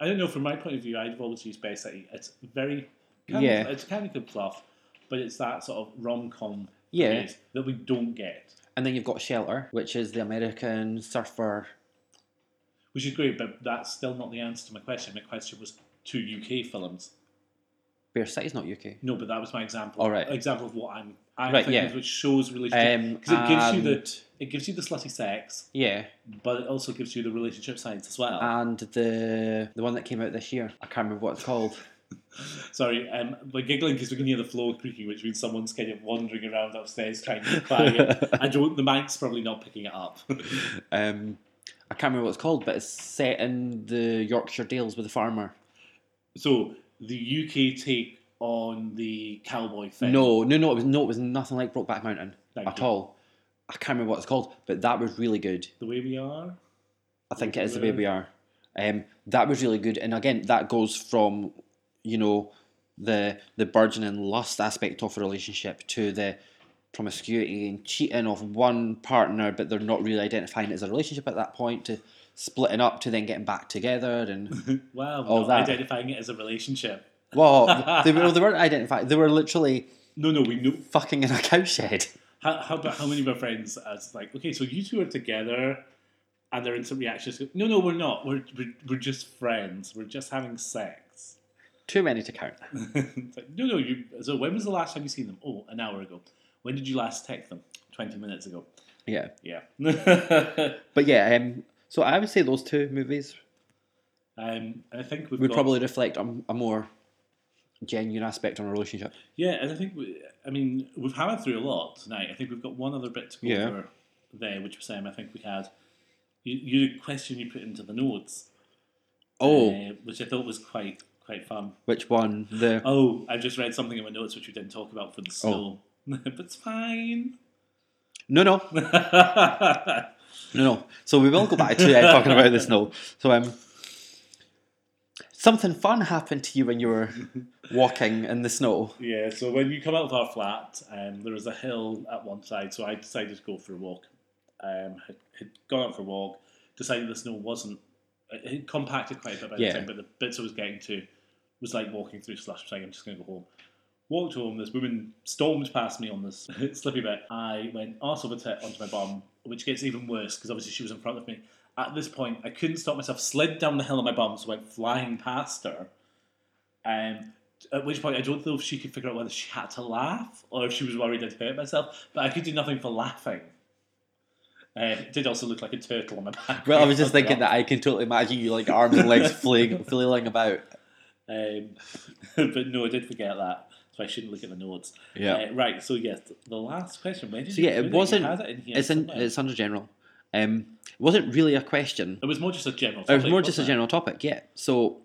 [SPEAKER 1] I don't know. From my point of view, I've always used Bay City. It's very kind
[SPEAKER 2] Yeah.
[SPEAKER 1] Of, it's kind of good fluff, but it's that sort of rom com.
[SPEAKER 2] Yeah.
[SPEAKER 1] That we don't get,
[SPEAKER 2] And then you've got Shelter, which is the American surfer.
[SPEAKER 1] which is great, but that's still not the answer to my question. My question was two UK films.
[SPEAKER 2] Bear City's not UK.
[SPEAKER 1] No, but that was my example.
[SPEAKER 2] All right.
[SPEAKER 1] Example of what I'm. I'm
[SPEAKER 2] Right,
[SPEAKER 1] thinking
[SPEAKER 2] yeah.
[SPEAKER 1] of which shows
[SPEAKER 2] Um,
[SPEAKER 1] relationship because it gives you
[SPEAKER 2] and-
[SPEAKER 1] the it gives you the slutty sex,
[SPEAKER 2] Yeah,
[SPEAKER 1] but it also gives you the relationship science as well.
[SPEAKER 2] and the the one that came out this year. I can't remember what it's called.
[SPEAKER 1] Sorry, um, we're giggling because we can hear the floor creaking, which means someone's kind of wandering around upstairs trying to find it. I don't. The mic's probably not picking it up.
[SPEAKER 2] um, I can't remember what it's called, but it's set in the Yorkshire Dales with a farmer.
[SPEAKER 1] so the UK take on the cowboy thing.
[SPEAKER 2] No, no, no. It was no. It was nothing like Brokeback Mountain
[SPEAKER 1] Thank
[SPEAKER 2] at
[SPEAKER 1] you.
[SPEAKER 2] all. I can't remember what it's called, but that was really good.
[SPEAKER 1] the way we are.
[SPEAKER 2] I think it is the way we are. Um, that was really good, and again, that goes from you know the the burgeoning lust aspect of a relationship to the promiscuity and cheating of one partner, but they're not really identifying it as a relationship at that point. To splitting up, to then getting back together, and
[SPEAKER 1] Wow,
[SPEAKER 2] Oh,
[SPEAKER 1] not
[SPEAKER 2] that.
[SPEAKER 1] identifying it as a relationship.
[SPEAKER 2] well, they, were, they weren't identifying. They were literally
[SPEAKER 1] No, no, we know.
[SPEAKER 2] fucking in a cowshed.
[SPEAKER 1] How, how about how many of our friends as like, okay, so you two are together and they're in some reactions. No, no, we're not. We're, we're, we're just friends. We're just having sex.
[SPEAKER 2] Too many to count.
[SPEAKER 1] it's like, no, no, you. So when was the last time you seen them? Oh, an hour ago. When did you last text them? 20 minutes ago.
[SPEAKER 2] Yeah,
[SPEAKER 1] Yeah.
[SPEAKER 2] but yeah. Um, so I would say those two movies
[SPEAKER 1] um, I think we've
[SPEAKER 2] would
[SPEAKER 1] got,
[SPEAKER 2] probably reflect a, a more genuine aspect on a relationship.
[SPEAKER 1] Yeah, and I think, we, I mean, we've hammered through a lot tonight. I think we've got one other bit to go
[SPEAKER 2] Yeah.
[SPEAKER 1] over there, which was Sam, I think we had. You, you the question you put into the notes,
[SPEAKER 2] Oh,
[SPEAKER 1] uh, which I thought was quite quite fun.
[SPEAKER 2] which one? The
[SPEAKER 1] Oh, I've just read something in my notes which we didn't talk about for the snow. but it's fine.
[SPEAKER 2] no, no, no, no. So we will go back to uh, talking about this now. So um, something fun happened to you when you were walking in the snow.
[SPEAKER 1] Yeah, so when you come out of our flat, um, there was a hill at one side, so I decided to go for a walk. Um, had, had gone out for a walk, decided the snow wasn't. It had compacted quite a bit by
[SPEAKER 2] Yeah.
[SPEAKER 1] the time, but the bits I was getting to was like walking through slush. I was like, I'm just going to go home. Walked home, this woman stormed past me on this slippy bit. I went arse over tit onto my bum, which gets even worse because obviously she was in front of me. At this point, I couldn't stop myself, slid down the hill on my bum, so went flying past her. Um, at which point, I don't know if she could figure out whether she had to laugh or if she was worried I'd hurt myself, but I could do nothing for laughing. Uh, it did also look like a turtle on my back.
[SPEAKER 2] Well, I was just thinking that I can totally imagine you like arms and legs flailing, flailing about.
[SPEAKER 1] Um, but no, I did forget that, so I shouldn't look at the notes.
[SPEAKER 2] Yeah.
[SPEAKER 1] Uh, right, so yes, th- the last question. When did
[SPEAKER 2] So
[SPEAKER 1] you
[SPEAKER 2] yeah,
[SPEAKER 1] do
[SPEAKER 2] it
[SPEAKER 1] that? You
[SPEAKER 2] wasn't-
[SPEAKER 1] had it in here
[SPEAKER 2] it's in,
[SPEAKER 1] somewhere.
[SPEAKER 2] it's under general. Um, it wasn't really a question.
[SPEAKER 1] it was more just a general.
[SPEAKER 2] It was
[SPEAKER 1] topic,
[SPEAKER 2] more just a
[SPEAKER 1] wasn't
[SPEAKER 2] general topic. Yeah. So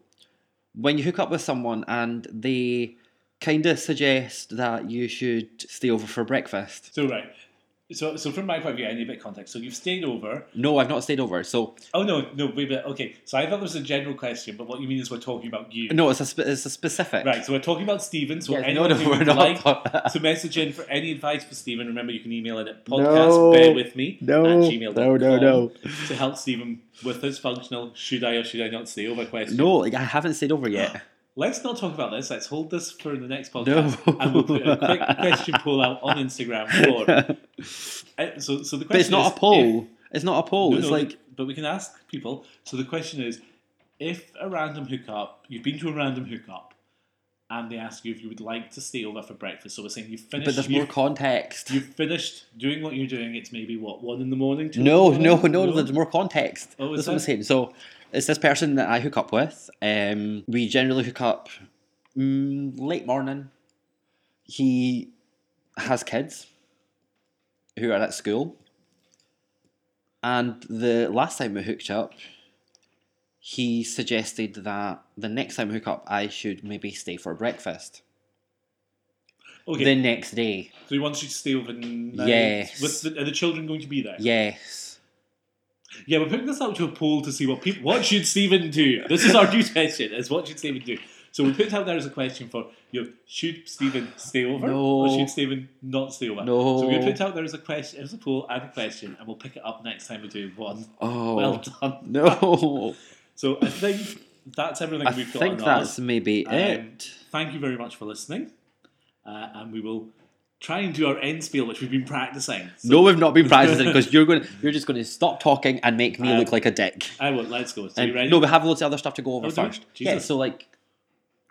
[SPEAKER 2] when you hook up with someone and they kind of suggest that you should stay over for breakfast.
[SPEAKER 1] it? So right, so so from my point of view, I need a bit of context. So you've stayed over.
[SPEAKER 2] No, I've not stayed over. So
[SPEAKER 1] Oh no, no, wait a minute. Okay, so I thought there was a general question, but what you mean is we're talking about you.
[SPEAKER 2] no, it's a spe- it's a specific.
[SPEAKER 1] Right, so we're talking about Stephen. So
[SPEAKER 2] Yes, no,
[SPEAKER 1] anyone
[SPEAKER 2] no,
[SPEAKER 1] who
[SPEAKER 2] we're
[SPEAKER 1] would
[SPEAKER 2] not.
[SPEAKER 1] like
[SPEAKER 2] talking-
[SPEAKER 1] to message in for any advice for Stephen, remember you can email it at
[SPEAKER 2] No.
[SPEAKER 1] podcast, bear with me,
[SPEAKER 2] No,
[SPEAKER 1] at gmail.com
[SPEAKER 2] no, no, no.
[SPEAKER 1] to help Stephen with his functional should I or should I not stay over question.
[SPEAKER 2] No, like, I haven't stayed over yet.
[SPEAKER 1] Let's not talk about this. Let's hold this for the next
[SPEAKER 2] No.
[SPEAKER 1] podcast. And we'll put a quick question poll out on Instagram for.
[SPEAKER 2] but
[SPEAKER 1] Uh, So, so the question
[SPEAKER 2] it's not
[SPEAKER 1] is
[SPEAKER 2] a
[SPEAKER 1] if-
[SPEAKER 2] poll. it's not a poll.
[SPEAKER 1] no,
[SPEAKER 2] it's
[SPEAKER 1] no,
[SPEAKER 2] like
[SPEAKER 1] but we can ask people. So the question is, if a random hookup, you've been to a random hookup, and they ask you if you would like to stay over for breakfast. So we're saying you've
[SPEAKER 2] but
[SPEAKER 1] finished.
[SPEAKER 2] there's
[SPEAKER 1] you've,
[SPEAKER 2] more context.
[SPEAKER 1] you've finished doing what you're doing. It's maybe what one in the morning. two in
[SPEAKER 2] No,
[SPEAKER 1] the
[SPEAKER 2] no,
[SPEAKER 1] morning?
[SPEAKER 2] no, there's more context.
[SPEAKER 1] Oh,
[SPEAKER 2] That's
[SPEAKER 1] is
[SPEAKER 2] what I'm
[SPEAKER 1] there?
[SPEAKER 2] saying. So it's this person that I hook up with. Um, we generally hook up mm, late morning. He has kids who are at school. And the last time we hooked up, he suggested that the next time we hook up, I should maybe stay for breakfast
[SPEAKER 1] Okay,
[SPEAKER 2] the next day.
[SPEAKER 1] so he wants you to stay over. Night.
[SPEAKER 2] Yes.
[SPEAKER 1] With the, are the children going to be there?
[SPEAKER 2] Yes.
[SPEAKER 1] Yeah, we're putting this out to a poll to see what people. What should Stephen do? This is our new question. Is what should Stephen do? So we put it out there as a question for you. Know, should Stephen stay over
[SPEAKER 2] No.
[SPEAKER 1] or should Stephen not stay over?
[SPEAKER 2] No.
[SPEAKER 1] So we're gonna put it out there as a question, as a poll and a question, and we'll pick it up next time we do one.
[SPEAKER 2] Oh.
[SPEAKER 1] Well done.
[SPEAKER 2] no.
[SPEAKER 1] So I think that's everything
[SPEAKER 2] I
[SPEAKER 1] we've got.
[SPEAKER 2] think
[SPEAKER 1] on
[SPEAKER 2] that's
[SPEAKER 1] us.
[SPEAKER 2] maybe
[SPEAKER 1] Um,
[SPEAKER 2] it.
[SPEAKER 1] Thank you very much for listening, uh, and we will try and do our end spiel, which we've been practicing. So
[SPEAKER 2] no, we've not been practicing because you're going. to You're just going to stop talking and make me
[SPEAKER 1] Um,
[SPEAKER 2] look like a dick.
[SPEAKER 1] I will. Let's go. So you
[SPEAKER 2] And,
[SPEAKER 1] ready?
[SPEAKER 2] no, we have loads of other stuff to go over
[SPEAKER 1] Oh, do we?
[SPEAKER 2] first. Yeah,
[SPEAKER 1] Jesus.
[SPEAKER 2] so like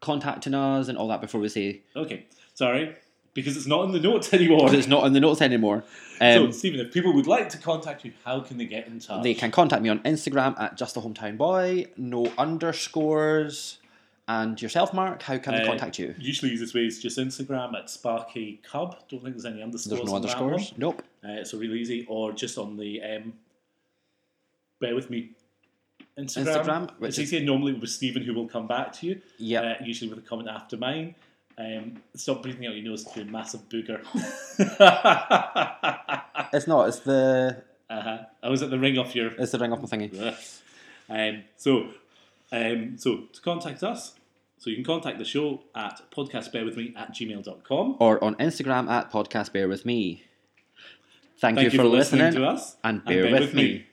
[SPEAKER 2] contacting us and all that before we say
[SPEAKER 1] Okay. Sorry, because it's not in the notes anymore.
[SPEAKER 2] because it's not in the notes anymore.
[SPEAKER 1] Oh. So,
[SPEAKER 2] Um,
[SPEAKER 1] Stephen, if people would like to contact you, how can they get in touch?
[SPEAKER 2] they can contact me on Instagram at just a hometown boy. No underscores. And yourself, Mark, how can they
[SPEAKER 1] Uh,
[SPEAKER 2] contact you?
[SPEAKER 1] Usually, easiest way is just Instagram at Sparky Cub. Don't think there's any underscores.
[SPEAKER 2] There's no
[SPEAKER 1] on that
[SPEAKER 2] underscores. Nope.
[SPEAKER 1] one. Uh, so really easy, or just on the um, bear with me Instagram.
[SPEAKER 2] Instagram, which
[SPEAKER 1] it's
[SPEAKER 2] is-
[SPEAKER 1] easier normally with Stephen, who will come back to you.
[SPEAKER 2] Yep.
[SPEAKER 1] Uh, usually with a comment after mine. Um, stop breathing out your nose through a massive booger. Uh,
[SPEAKER 2] it's not. It's the
[SPEAKER 1] uh-huh. I was at the ring off your
[SPEAKER 2] it's the ring off my thingy.
[SPEAKER 1] um, so, um, so to contact us, so you can contact the show at podcastbearwithme at gmail.com.
[SPEAKER 2] Or on Instagram at podcast bear with me. Thank,
[SPEAKER 1] Thank you for listening to us
[SPEAKER 2] and bear with me.